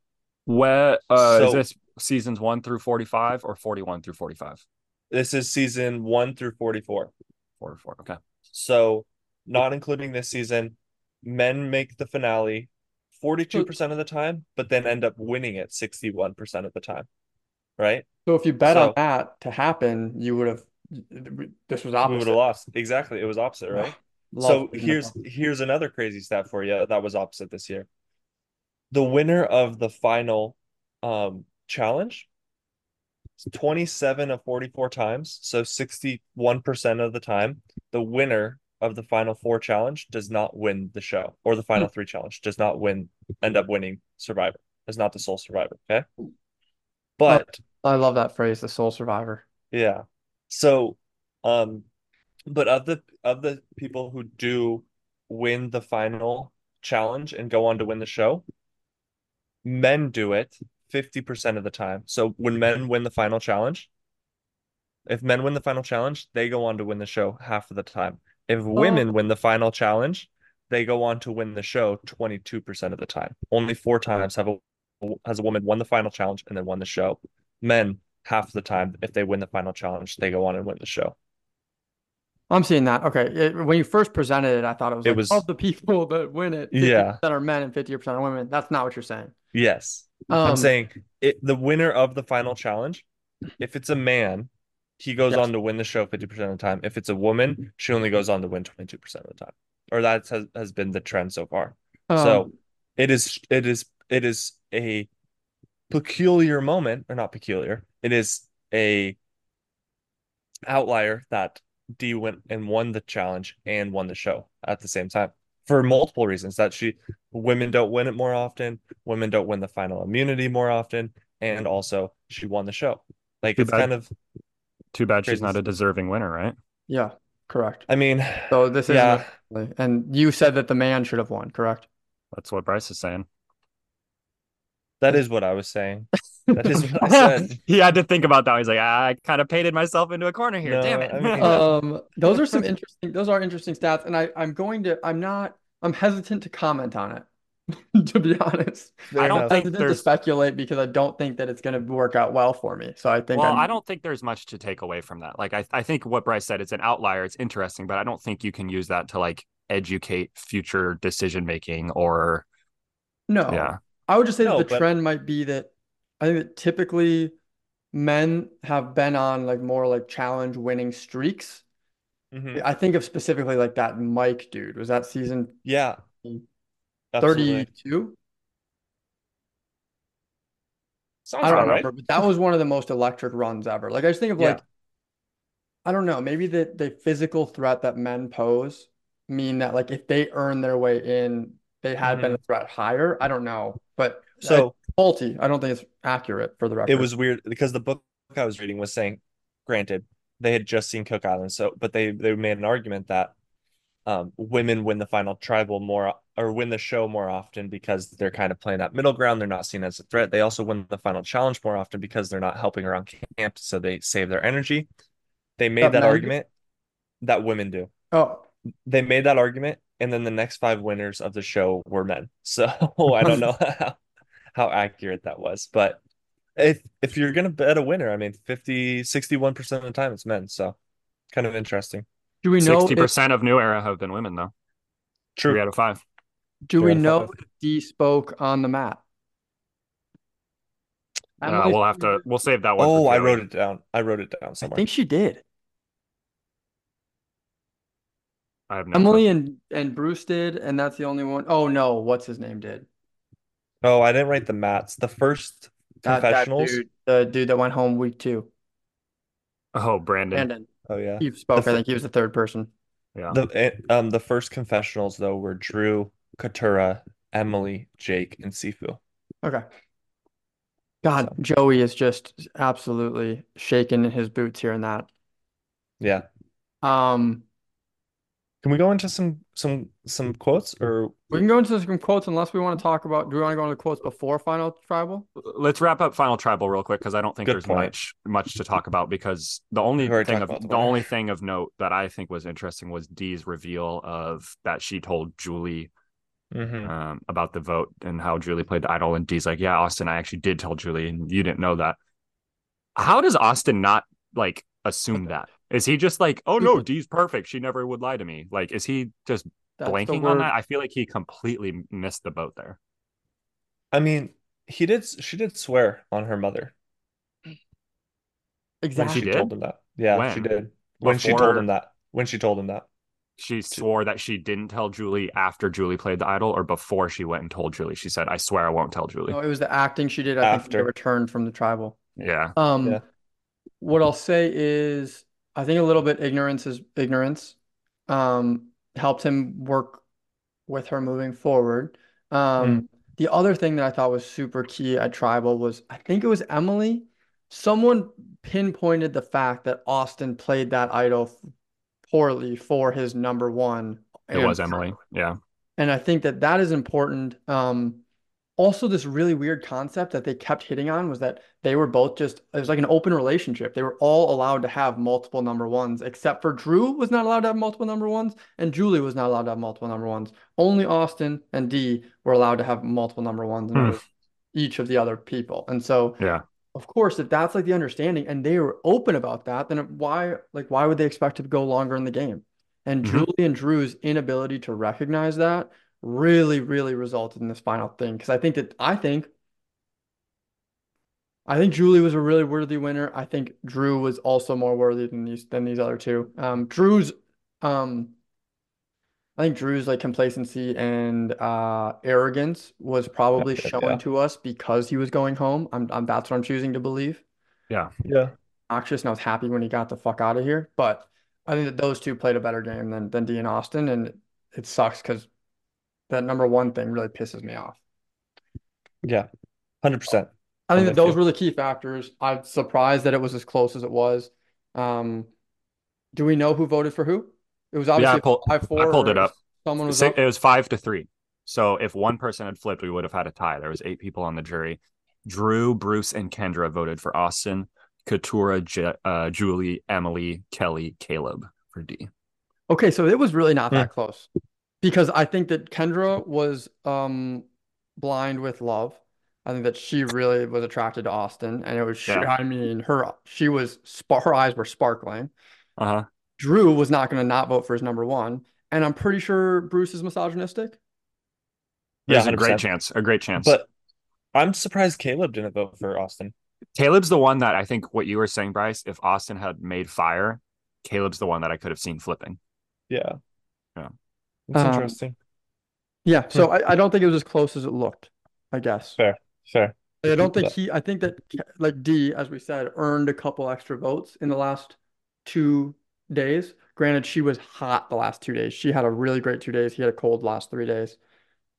C: where uh
B: So-
C: is this seasons 1 through 45 or 41 through 45
B: This is season 1 through 44.
C: 44 okay
B: So, not including this season, men make the finale 42% of the time, but then end up winning it 61% of the time. Right?
A: So if you bet on
B: So-
A: that to happen, you would have. This was
B: We would
A: opposite.
B: have lost. Exactly. It was opposite, right?
A: Love
B: So
A: thinking
B: here's
A: about
B: here's another crazy stat for you that was opposite this year. The winner of the final um challenge is 27 of 44 times, so 61% of the time, the winner of the final four challenge does not win the show or the final three challenge does not win end up winning Survivor. Is not the sole survivor, okay? But
A: that. I love that phrase, the sole survivor.
B: yeah. So, um, but of the of the people who do win the final challenge and go on to win the show, men do it 50% of the time. So when men win the final challenge, if men win the final challenge, they go on to win the show half of the time. If women win the final challenge, they go on to win the show 22% of the time. Only four times have a has a woman won the final challenge and then won the show. Men half the time if they win the final challenge, they go on and win the show.
A: I'm seeing that. Okay. It, when you first presented it, I thought it was
B: It
A: like,
B: was-
A: of the people that win it, 50%
B: Yeah.
A: are men and 50% are women. That's not what you're saying.
B: Yes.
A: Um,
B: I'm saying it the winner of the final challenge, if it's a man, he goes
A: Yes.
B: on to win the show 50% of the time. If it's a woman, she only goes on to win 22% of the time. Or that has, has been the trend so far.
A: um,
B: so it is it is it is a peculiar moment, or not peculiar. It is a outlier that D went and won the challenge and won the show at the same time for multiple reasons that she women don't win it more often, women don't win the final immunity more often, and also she won the show. Like
C: Too
B: it's
C: bad.
B: kind of
C: Too bad she's
B: Crazy
C: not a
B: stuff.
C: deserving winner, right?
A: yeah, correct.
B: I mean,
A: So this is
B: yeah,
A: and you said that the man should have won, correct?
C: That's what Bryce is saying.
B: that is what I was saying. That is what I said.
C: he had to think about that. He's like, "Ah, I kind of painted myself into a corner here.
B: No,
C: Damn it.
B: I mean-
A: um those are some interesting those are interesting stats and I I'm going to I'm not I'm hesitant to comment on it to be honest.
B: Fair
C: I don't
B: enough.
C: think
A: hesitant to
C: there's-
A: speculate because I don't think that it's going to work out well for me. So I think
C: well,
A: I'm,
C: I don't think there's much to take away from that. Like, I, I think what Bryce said, it's an outlier. It's interesting, but I don't think you can use that to like educate future decision making or,
B: Oh.
A: no.
C: yeah.
A: I would just say that
B: No,
A: the
B: but-
A: trend might be that I think that typically men have been on like more like challenge winning streaks.
B: Mhm.
A: I think of specifically like that Mike dude. Was that season
B: Yeah.
A: Mm.
B: Absolutely.
A: 32?
B: Sounds
A: I don't
B: about right.
A: remember, but that was one of the most electric runs ever. Like I just think of
B: Yeah.
A: like I don't know, maybe the the physical threat that men pose mean that like if they earn their way in, they had been a threat higher. I don't know, but it's
B: Mm-hmm. So
A: faulty. I don't think it's accurate for the
B: it
A: record.
B: was weird because the book I was reading was saying, granted, they had just seen Cook Island, so but they they made an argument that um, women win the final tribal more or win the show more often because they're kind of playing that middle ground. They're not seen as a threat. They also win the final challenge more often because they're not helping around camp, so they save their energy. They made
A: That
B: that,
A: men do?
B: argument that women do.
A: oh,
B: They made that argument, and then the next five winners of the show were men. So I don't know how, how accurate that was, but if if you're gonna bet a winner, I mean 50, 61% of the time it's men, so kind of interesting.
A: do we know if
C: 60% of New Era have been women, though. Three out of five.
A: Do
B: Two
A: we
B: out of
A: know
B: five.
A: if D spoke on the map?
C: Uh,
B: Uh,
A: Emily
C: we'll have to,
A: Stewart-
C: we'll save that one.
B: Oh,
C: for
B: I
C: Joey.
B: wrote it down. I wrote it down
A: I
B: somewhere.
A: think she did.
C: I have no clue.
A: Emily and and Bruce did, and that's the only one. Oh no, what's his name did?
B: Oh, I didn't write the mats. The first
A: That, Uh, that
B: confessionals.
A: dude, the dude that went home week two.
C: Oh, Brandon.
A: Brandon,
B: Oh yeah.
A: he spoke. I
B: fir-
A: think he was the third person.
C: Yeah.
B: The eh, um the first confessionals though were Drew, Katura, Emily, Jake, and Sifu.
A: Okay. God, Joey is just absolutely shaking in his boots here and that.
B: Yeah.
A: Um,
B: Can we go into some some some quotes or
A: we can go into some quotes unless we want to talk about. Do we want to go into quotes before Final Tribal?
C: let's wrap up final tribal real quick because i don't think
B: Good
C: there's
B: point.
C: much much to talk about because the only
B: We've already
C: thing
B: talked
C: of
B: about the
C: the
B: winner.
C: only thing of note that i think was interesting was dee's reveal of that she told julie
B: Mhm.
C: um, about the vote and how julie played the idol and dee's like yeah austin i actually did tell julie and you didn't know that how does austin not like assume that is he just like oh no dee's perfect she never would lie to me like is he just
A: That's the
C: blanking
A: word.
C: on that i feel like he completely missed the boat there
B: I mean, he did she did swear on her mother when
A: Exactly.
B: she
C: did?
B: told him that. Yeah, she
C: When?
B: did. When she told
C: Before-
B: him that. When she told him that.
C: she swore that she didn't tell Julie after Julie played the idol or before she went and told Julie. She said, I swear I won't tell Julie.
A: No, it was the acting she did, I think, when they
B: After.
A: returned from the tribal.
C: Yeah.
A: Um,
B: Yeah.
A: what I'll say is, I think a little bit ignorance is ignorance. Um, helped him work with her moving forward.
C: Mm.
A: Um, the other thing that I thought was super key at Tribal was I think it was Emily. Someone pinpointed the fact that Austin played that idol f- poorly for his number one.
C: It was
A: and-
C: Emily. Yeah.
A: and I think that that is important. Um, also this really weird concept that they kept hitting on was that they were both just it was like an open relationship. They were all allowed to have multiple number ones, except for Drew was not allowed to have multiple number ones, and Julie was not allowed to have multiple number ones. Only Austin and Dee were allowed to have multiple number ones and it
C: Hmm.
A: was each of the other people. And so
C: Yeah.
A: of course, if that's like the understanding and they were open about that, then it- why like why would they expect to go longer in the game? And
C: Mhm.
A: Julie and Drew's inability to recognize that really, really resulted in this final thing. Cause I think that I think I think Julie was a really worthy winner. I think Drew was also more worthy than these than these other two. Um, Drew's, um, I think Drew's like complacency and uh, arrogance was probably
B: Yeah.
A: shown to us because he was going home. I'm, I'm that's what I'm choosing to believe.
B: Yeah.
A: Noxious, and I was happy when he got the fuck out of here. But I think that those two played a better game than than Dean Austin, and it sucks because that number one thing really pisses me off.
B: Yeah.
A: I
B: 100%.
A: think
B: I'm
A: that
B: with
A: those
B: you.
A: were the key factors. I'm surprised that it was as close as it was. Um, do we know who voted for who? It was obviously
C: I pulled-
A: five four.
C: I pulled it up.
A: Someone was
C: Si-
A: up.
C: it was five to three. So if one person had flipped, we would have had a tie. There was eight people on the jury. Drew, Bruce, and Kendra voted for Austin. Katura, J- uh, Julie, Emily, Kelly, Caleb for D.
A: Okay, so it was really not that close because I think that Kendra was um blind with love. I think that she really was attracted to Austin, and it was she,
C: Yeah.
A: I mean her she was spa- her eyes were sparkling.
C: Uh huh.
A: Drew was not going to not vote for his number one, and I'm pretty sure Bruce is misogynistic.
B: Yeah,
C: There's a great
B: 100%.
C: chance. A great chance.
B: But I'm surprised Caleb didn't vote for Austin.
C: Caleb's the one that I think what you were saying, Bryce. If Austin had made fire, Caleb's the one that I could have seen flipping.
B: Yeah.
C: Yeah.
B: That's
A: Um,
B: interesting.
A: Yeah, so I, I don't think it was as close as it looked, I guess.
B: Fair. Fair.
A: I don't think
B: But-
A: he, I think that like D, as we said, earned a couple extra votes in the last two days. Granted, she was hot the last two days. She had a really great two days. He had a cold last three days.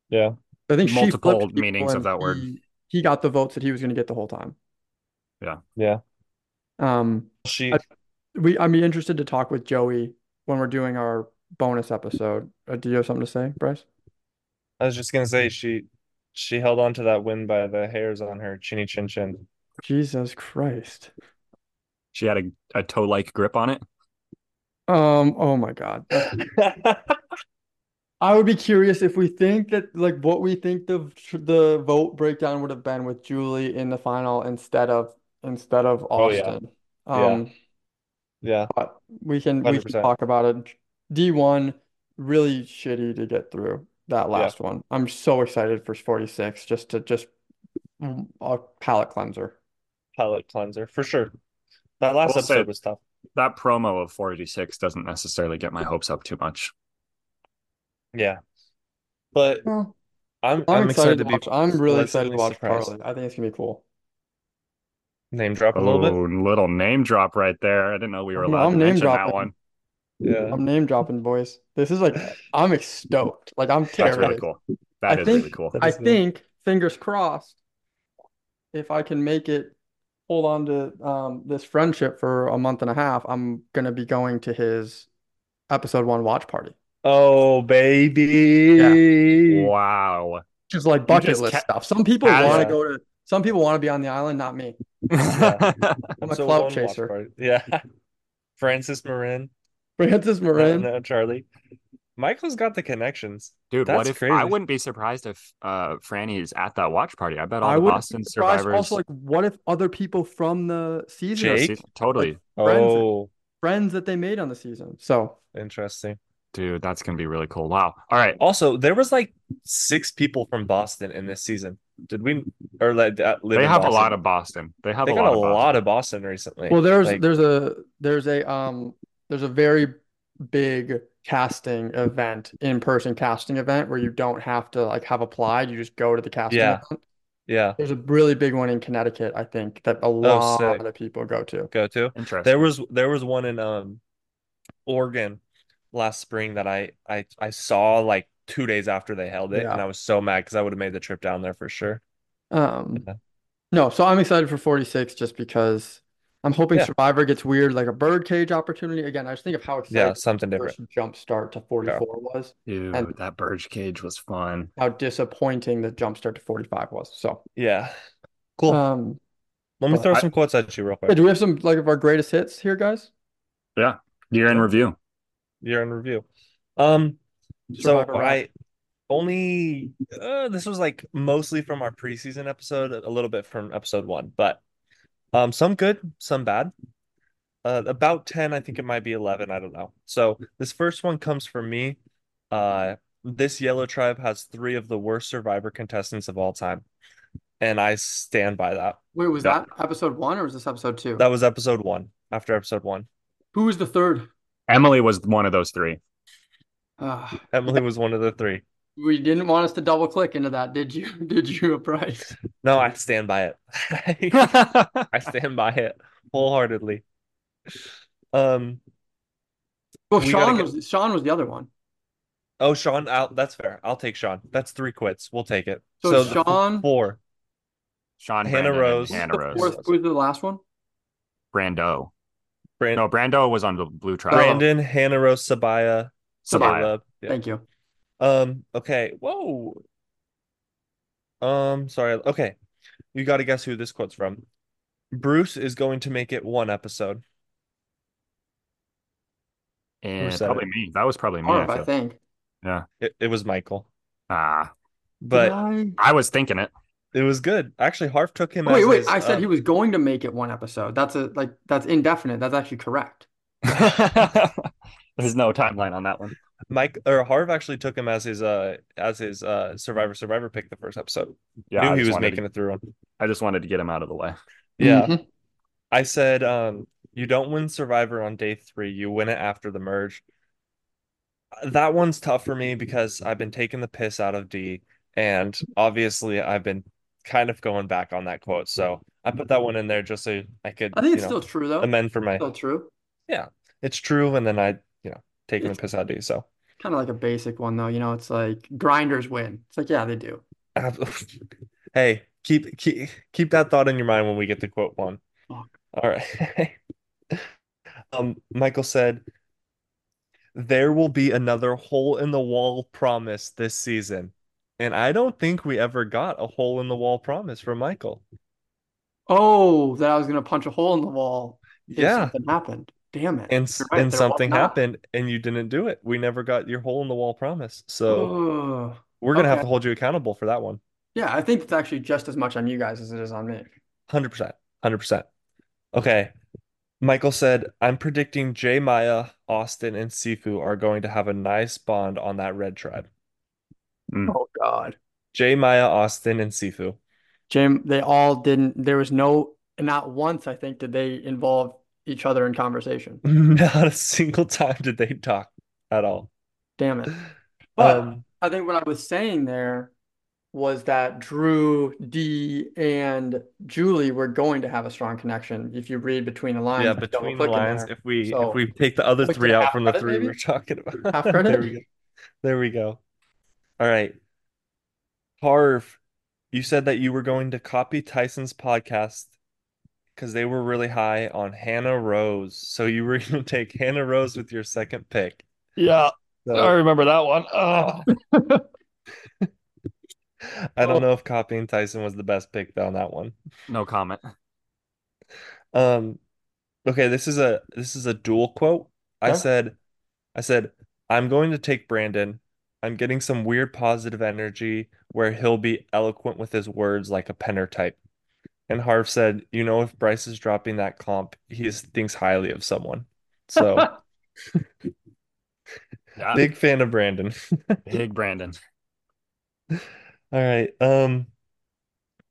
B: Yeah.
A: I think she flipped
C: Multiple
A: people
C: meanings of
A: and
C: that word.
A: He, he got the votes that he was going to get the whole time.
B: Yeah.
A: Um,
B: She
A: I- we, I'm interested to talk with Joey when we're doing our bonus episode. Uh, do you have something to say, Bryce?
B: I was just gonna say she she held on to that win by the hairs on her chinny chin chin.
A: Jesus Christ.
C: She had a, a toe like grip on it.
A: Um, oh my God. I would be curious if we think that like what we think the the vote breakdown would have been with Julie in the final instead of instead of
B: Oh, yeah.
A: Austin.
B: Yeah.
A: Um,
B: Yeah.
A: but we can we can
B: 100%.
A: talk about it. D1 really shitty to get through that last one. I'm so excited for 46 just to just mm, a palate cleanser.
B: Palette cleanser for sure. That last
C: Well
B: episode
C: said.
B: was tough.
C: That promo of 46 doesn't necessarily get my hopes up too much.
B: Yeah. But
A: Well,
B: I'm
A: I'm excited
B: I'm excited
A: to
B: to be
A: watch. I'm really excited to
B: pleasantly
A: watch Carly.
B: surprised.
A: I think it's gonna be cool.
B: name drop a
C: Oh,
B: little bit.
C: little name drop right there. I didn't know we were
A: Yeah,
C: allowed
A: I'm
C: to mention
A: name-dropping.
C: that one.
B: Yeah.
A: I'm name dropping, boys. This is like I'm ex- stoked. Like I'm
C: That's
A: terrified.
C: really cool. That
A: I
C: is
A: think-
C: really cool.
B: That
A: I
B: is the-
A: think, fingers crossed, if I can make it hold on to um, this friendship for a month and a half, I'm gonna be going to his episode one watch party.
B: Oh baby.
C: Wow.
A: Just like bucket
C: just
A: list
C: ca-
A: stuff. Some people
C: casual.
A: want to go to. Some people want to be on the island, not me.
B: Yeah.
A: I'm a
B: So
A: clout
B: one watch
A: chaser.
B: party. Yeah. Francis Marin,
A: Francis Marin.
B: no, Charlie. Michael's got the connections.
C: Dude, what
B: That's
C: if I
B: crazy.
C: wouldn't be surprised if uh Franny is at that watch party. I bet all
A: I
C: the
A: wouldn't be
C: Boston
A: Surprised
C: survivors
A: Also, like, what if other people from the season, are
B: Jake?
A: se-
C: totally.
A: Friends.
B: Oh,
A: friends that they made on the season? So
B: interesting.
C: Dude, that's gonna be really cool. Wow. All right.
B: Also, there was like six people from Boston in this season. Did we or like that live
C: They
B: in
C: have a
B: Boston?
C: lot of Boston. They have
B: They
C: a
B: got
C: lot
B: a
C: of Boston.
B: lot of Boston recently.
A: Well, there's
B: Like,
A: there's a there's a um there's a very big casting event, in-person casting event where you don't have to like have applied, you just go to the casting
B: Yeah.
A: event.
B: yeah,
A: There's a really big one in Connecticut, I think, that a lot
B: Oh, sick.
A: of people go to.
B: go to.
C: Interesting.
B: There was there was one in um Oregon last spring that I I I saw like two days after they held it,
A: Yeah.
B: and I was so mad because I would have made the trip down there for sure.
A: Um
B: Yeah.
A: no, so I'm excited for 46 just because I'm hoping
B: Yeah.
A: Survivor gets weird, like a birdcage opportunity. Again, I just think of how
B: Yeah,
A: excited
B: something
A: the
B: different.
A: first jump start to 44 was,
C: Dude,
A: And-
C: that bird cage was fun.
A: how disappointing the jump start to 45 was. So,
B: Yeah. Cool.
A: um,
B: Let me
A: but
B: throw
C: I-
B: some quotes at you real
A: yeah,
B: quick.
A: do we have some like of our greatest hits here, guys?
C: Year in review.
B: Year in review. Um, so
A: Survivor round.
B: I only uh, this was like mostly from our preseason episode, a little bit from episode one, but um, some good, some bad. Uh, about 10, I think it might be 11, I don't know. So this first one comes from me. Uh, this yellow tribe has three of the worst survivor contestants of all time, and I stand by that.
A: Wait, was
B: Yeah.
A: that episode one or was this episode two?
B: That was episode one, after episode one.
A: Who was the third?
C: Emily was one of those three.
A: Uh,
B: Emily was one of the three.
A: we didn't want us to double click into that, did you? Did you, Bryce?
B: No, I stand by it. I stand by it wholeheartedly. Um,
A: Well,
B: We gotta
A: Sean
B: get-
A: was Sean was the other one.
B: oh, Sean, I'll, that's fair. I'll take Sean. That's three quits. We'll take it.
A: So
B: So the f-
A: Sean-
B: four.
C: Sean
B: Hannah
C: Brandon and
B: Rose.
C: Hannah Rose.
A: Fourth, who was the last one?
C: Brando.
B: Brand-
C: No, Brando was on the blue tribe.
B: Brandon, Hannah Rose, Sabaya,
C: Sabaya.
B: Caleb. Yeah.
A: Thank you.
B: Um, okay. Whoa. Um, sorry. Okay. You got to guess who this quote's from. Bruce is going to make it one episode.
C: And
B: said
C: probably me. That was probably me. I
A: Harv, Oh, I
C: feel.
A: think.
B: It, it was Michael,
C: Ah,
B: but
A: Did
C: I was thinking it.
B: it was good. Actually, Harf took him
A: I... Wait,
B: as
A: wait.
B: his,
A: I said
B: um,
A: he was going to make it one episode. That's a like that's indefinite. That's actually correct.
C: There's no timeline on that one.
B: Mike or Harv actually took him as his uh as his uh Survivor Survivor pick the first episode.
C: Yeah,
B: Knew
C: I
B: he
C: just
B: was
C: wanted to-
B: making it through him.
C: I just wanted to get him out of the way.
B: Yeah.
A: Mhm.
B: I said um you don't win Survivor on day three, you win it after the merge. That one's tough for me because I've been taking the piss out of D and obviously I've been kind of going back on that quote. So I put that one in there just so I could
A: I think it's
B: you know
A: still true though.
B: amend for my
A: Still true.
B: it's true and then I you know taking the
A: It's-
B: piss out of D. So
A: Kind of like a basic one though. You know, it's like grinders win. It's like yeah, they do.
B: Hey, keep keep keep that thought in your mind when we get to quote one. All
A: Fuck.
B: right. Um, Michael said, "There will be another hole in the wall promise this season." And I don't think we ever got a hole in the wall promise from Michael.
A: Oh, that I was gonna punch a hole in the wall if
B: Yeah,
A: something happened. Damn it.
B: and s-
A: You're right,
B: and
A: there
B: something
A: was not.
B: happened and you didn't do it. We never got your hole in the wall promise. So
A: Ugh.
B: we're gonna have
A: okay.
B: to hold you accountable for that one.
A: Yeah, I think it's actually just as much on you guys as it is on me.
B: 100%. 100%. Okay. Michael said, I'm predicting Jay Maya, Austin, and Sifu are going to have a nice bond on that red tribe.
A: Oh God.
B: Jay Maya, Austin, and Sifu.
A: Jim, they all didn't. There was no, not once, I think, did they involve each other in conversation.
B: Not a single time did they talk at all.
A: Damn it. But
B: Um,
A: I think what I was saying there was that Drew, D, and Julie were going to have a strong connection. If you read between the lines,
B: yeah,
A: if you double
B: between the
A: click in
B: lines,
A: there.
B: if we
A: So-
B: if we take the other
A: Like,
B: three out
A: half
B: from the
A: credit,
B: three we
A: maybe?
B: were talking about.
A: Half
B: There
A: credit?
B: we go. There we go. All right. Harv, you said that you were going to copy Tyson's podcast because they were really high on Hannah Rose. So you were going to take Hannah Rose with your second pick.
C: Yeah,
B: So
C: remember that one. Ah.
B: I don't know if copying Tyson was the best pick on that one.
C: No comment.
B: Um, okay, this is a this is a dual quote. I
A: Yeah.
B: said, I said, I'm going to take Brandon. I'm getting some weird positive energy where he'll be eloquent with his words like a penner type. And Harv said, you know, if Bryce is dropping that comp, he is- thinks highly of someone. So
C: Yeah, big,
B: big fan of Brandon.
C: Brandon.
B: All right. Um,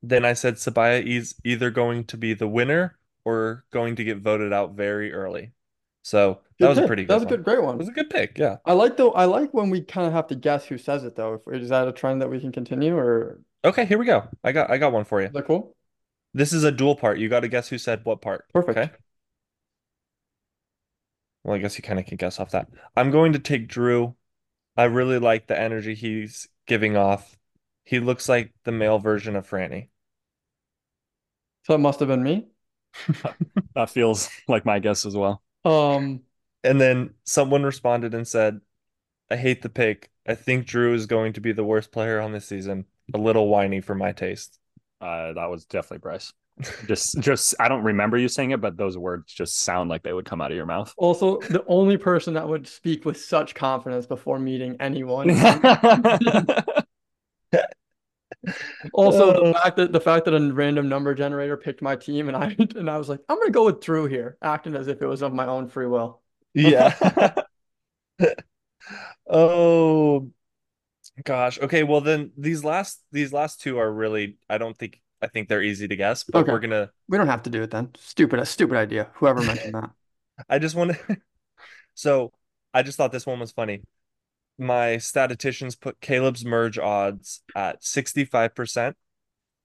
B: then I said Sabaya is either going to be the winner or going to get voted out very early. So that
A: Good
B: was a
A: pick.
B: pretty
A: That was
B: good
A: a
B: one.
A: good, great
B: It was
A: one.
B: a good pick, yeah.
A: I like though. I like when we kind of have to guess who says it though. If- Is that a trend that we can continue, or
B: Okay, here we go. I got I got one for you.
A: is that cool?
B: This is a dual part. You got to guess who said what part.
A: Perfect.
B: Okay. Well, I guess you kind of can guess off that. I'm going to take Drew. I really like the energy he's giving off. He looks like the male version of Franny.
A: So it must have been me.
C: That feels like my guess as well.
A: Um,
B: And then someone responded and said, I hate the pick. I think Drew is going to be the worst player on this season. A little whiny for my taste.
C: Uh, that was definitely Bryce. Just, just I don't remember you saying it, but those words just sound like they would come out of your mouth.
A: also, the only person that would speak with such confidence before meeting anyone. Also, the
B: Uh.
A: fact that the fact that a random number generator picked my team and I and I was like, I'm gonna go with Drew here, acting as if it was of my own free will.
B: Yeah. Oh gosh. Okay, well then these last these last two are really I don't think I think they're easy to guess, but
A: Okay.
B: we're gonna
A: We don't have to do it then. Stupid, a stupid idea. Whoever mentioned that.
B: I just want to so I just thought this one was funny. My statisticians put Caleb's merge odds at 65%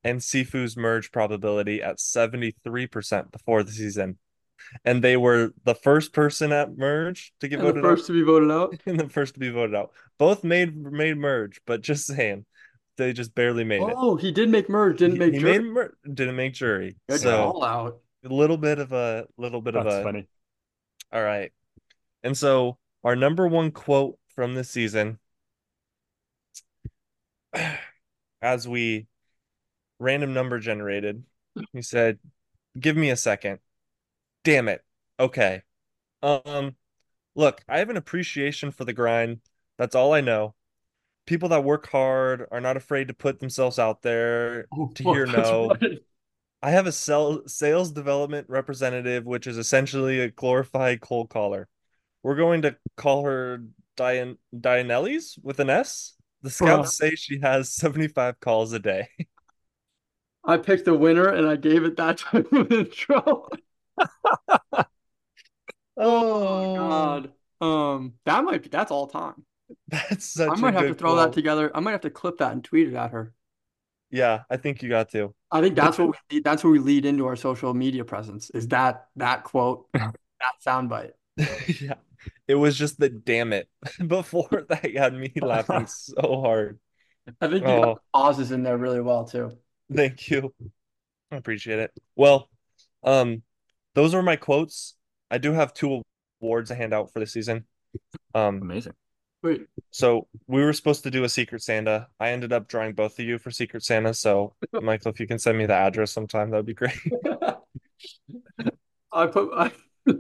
B: and Sifu's merge probability at 73% before the season. And they were the first person at merge to get
A: And the
B: voted out
A: first to be voted out.
B: and the first to be voted out. Both made made merge, but just saying, they just barely made it.
A: Oh, he did make merge, didn't
B: He-
A: make
B: he
A: jury.
B: made mer- didn't make jury.
A: Good
B: So
A: call out.
B: a little bit of a little bit of
C: That's
B: a
C: funny.
B: all right. And so our number one quote from this season, as we random number generated, he said, "Give me a second. Damn it. Okay. Um, look, I have an appreciation for the grind. That's all I know. People that work hard are not afraid to put themselves out there.
A: Oh,
B: to
A: fuck,
B: hear
A: that's
B: no.
A: right.
B: I have a sell sales development representative, which is essentially a glorified cold caller. We're going to call her Dian Dianelli's with an S. The scouts say she has 75 calls a day.
A: I picked the winner and I gave it that type of intro.
B: Oh
A: God. Um, that might be that's all time.
B: That's such
A: I
B: a
A: might have to
B: good
A: throw that
B: quote.
A: together. I might have to clip that and tweet it at her.
B: Yeah, I think you got to.
A: I think that's what we need- that's what we lead into our social media presence is that that quote, that soundbite.
B: Yeah. It was just the damn it before that got me laughing so hard.
A: I think you got
B: Oh.
A: the pauses in there really well too.
B: Thank you. I appreciate it. Well, um, those are my quotes. I do have two awards to hand out for this season. Um,
C: Amazing.
A: Wait,
B: so we were supposed to do a Secret Santa. I ended up drawing both of you for Secret Santa. So, Michael, if you can send me the address sometime, that'd be great.
A: I put I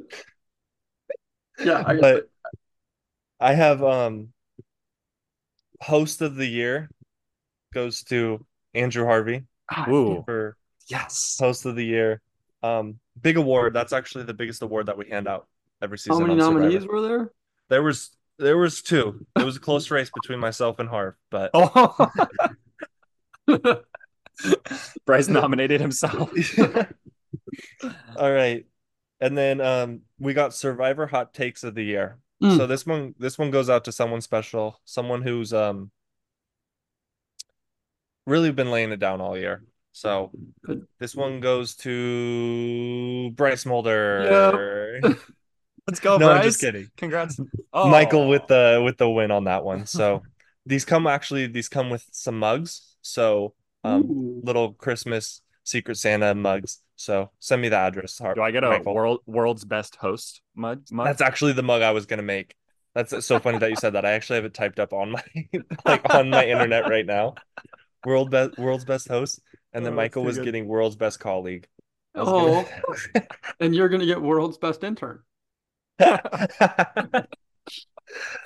A: yeah, I
B: But I have um host of the year goes to Andrew Harvey
A: God,
C: Ooh,
B: for
C: yes.
B: host of the year. Um, big award. That's actually the biggest award that we hand out every
A: how
B: season
A: many
B: on Survivor.
A: nominees were there?
B: There was there was two. It was a close race between myself and Harv, but
C: Oh. Bryce nominated himself.
B: all right. And then um we got Survivor hot takes of the year.
C: Hmm.
A: Mm.
B: So this one this one goes out to someone special, someone who's um really been laying it down all year. So
A: Good.
B: this one goes to Bryce Mulder.
C: Let's go,
B: No,
C: Bryce.
B: I'm just kidding.
C: Congrats.
B: Michael
C: Oh.
B: with the with the win on that one. So these come actually these come with some mugs. So um
A: Ooh.
B: little Christmas Secret Santa mugs. So send me the address. Har-
C: Do I get a
B: Michael.
C: world world's best host mug? mug?
B: That's actually the mug I was gonna make. That's so funny that you said that. I actually have it typed up on my like on my internet right now. World best world's best host, and then
A: Oh, that's
B: Michael
A: too
B: was
A: good.
B: getting world's best colleague. I
A: Oh,
B: was
A: and you're gonna get world's best intern.
B: gonna-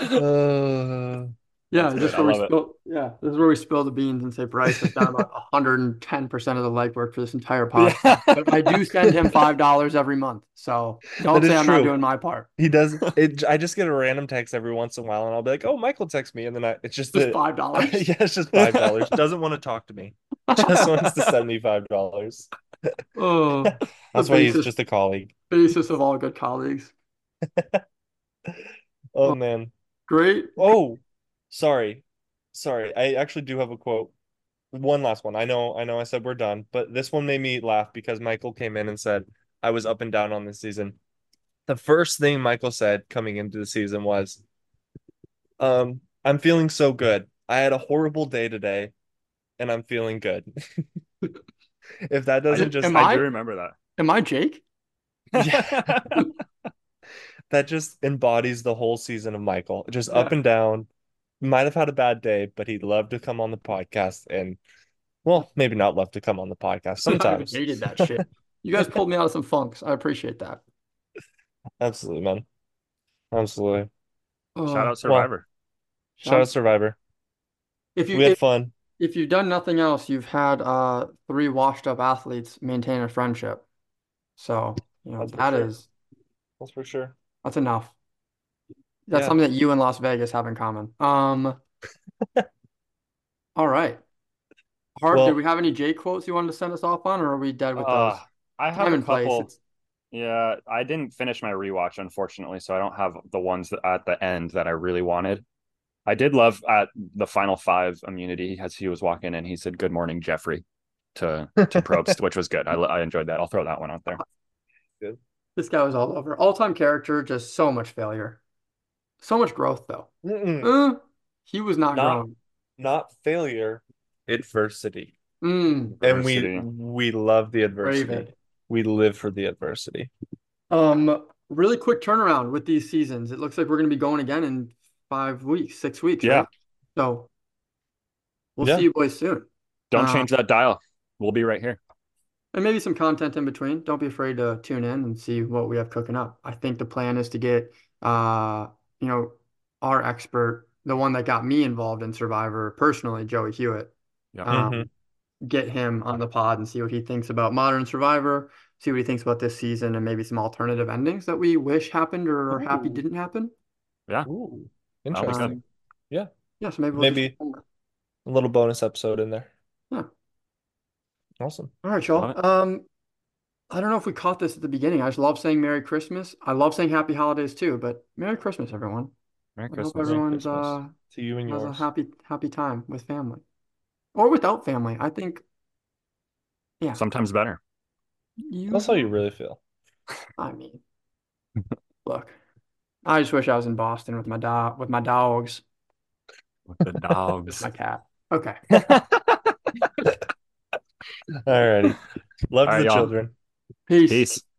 B: Uh,
A: Yeah,
C: That's
A: this is
C: good. I
A: where we
C: love it.
A: spill yeah, this is where we spill the beans and say Bryce has done about 110% of the legwork for this entire podcast. But I do send him five dollars every month. So don't
B: That is
A: say I'm not
B: true.
A: doing my part.
B: He does it. I just get a random text every once in a while, and I'll be like, "Oh, Michael texts me," and then I it's just
A: Just
B: a-
A: five dollars.
B: yeah, it's just five dollars. Doesn't want to talk to me. Just wants to send me five dollars.
A: Oh,
B: That's why he's
A: basis.
B: just a colleague.
A: basis of all good colleagues.
B: Oh man.
A: Great.
B: Oh, sorry, sorry. I actually do have a quote. One last one. I know, I know. I said we're done, but this one made me laugh because Michael came in and said I was up and down on this season. The first thing Michael said coming into the season was, "Um, I'm feeling so good. I had a horrible day today, and I'm feeling good." If that doesn't just,
A: am
C: I
A: I-
C: do remember that.
A: Am I Jake?
B: Yeah. That just embodies the whole season of Michael. Just up and down. Might have had a bad day, but he'd love to come on the podcast and well, maybe not love to come on the podcast sometimes.
A: I hated that shit. You guys pulled me out of some funks. I appreciate that.
B: Absolutely, man. Absolutely.
C: Shout
A: Uh,
C: out Survivor.
B: Shout out Survivor.
A: If you
B: We had
A: if,
B: fun.
A: if you've done nothing else, you've had uh three washed up athletes maintain a friendship. So, you know,
B: That's for
A: that
B: sure.
A: is
B: That's for sure.
A: that's enough. That's
B: Yeah.
A: something that you and Las Vegas have in common. Um, all right. Harv,
B: Well-
A: did we have any Jake quotes you wanted to send us off on, or are we dead with those?
C: Uh, I have
A: Time
C: a
A: and place.
C: couple.
A: It's-
C: Yeah, I didn't finish my rewatch, unfortunately, so I don't have the ones that, at the end that I really wanted. I did love at the final five immunity as he was walking in. He said, "Good morning, Jeffrey," to to Probst, which was good. I, I enjoyed that. I'll throw that one out there.
A: This guy was all over. All-time character, just so much failure. So much growth, though.
B: Mm-mm.
A: Uh, he was not
B: Not-
A: growing.
B: Not failure, adversity.
A: Mm,
B: And we uh,
C: Adversity.
B: we love the
A: brave
B: adversity.
A: it.
B: We live for the adversity.
A: Um, really quick turnaround with these seasons. It looks like we're going to be going again in five weeks, six weeks,
C: Yeah.
A: right? So we'll
B: Yeah.
A: see you boys soon.
C: Don't
A: Uh,
C: change that dial. We'll be right here.
A: And maybe some content in between. Don't be afraid to tune in and see what we have cooking up. I think the plan is to get, uh, you know, our expert, the one that got me involved in Survivor personally, Joey Hewitt.
C: Yeah.
A: Um,
B: Mhm.
A: get him on the pod and see what he thinks about Modern Survivor, see what he thinks about this season, and maybe some alternative endings that we wish happened or are happy
B: Ooh.
A: didn't happen.
B: Ooh,
C: be good.
B: interesting.
A: Yeah, so maybe we'll do
B: Maybe.
A: something.
B: A little bonus episode in there.
A: Yeah.
B: Awesome.
A: All right,
C: Love
A: y'all. Um, I don't know if we caught this at the beginning. I just love saying Merry Christmas. I love saying Happy Holidays too, but Merry Christmas, everyone.
C: Merry
A: I hope
C: Christmas.
A: everyone's
B: Christmas.
A: uh
B: To you and
A: has a
B: yours.
A: happy happy time with family or without family. I think
C: Sometimes better.
A: you.
B: That's how you really feel.
A: I mean, look, I just wish I was in Boston with my dog, with my dogs,
C: With the dogs.
A: my cat. Okay.
B: Alrighty. Love
C: Alright,
B: the
C: y'all.
B: children.
A: Peace.
C: Peace.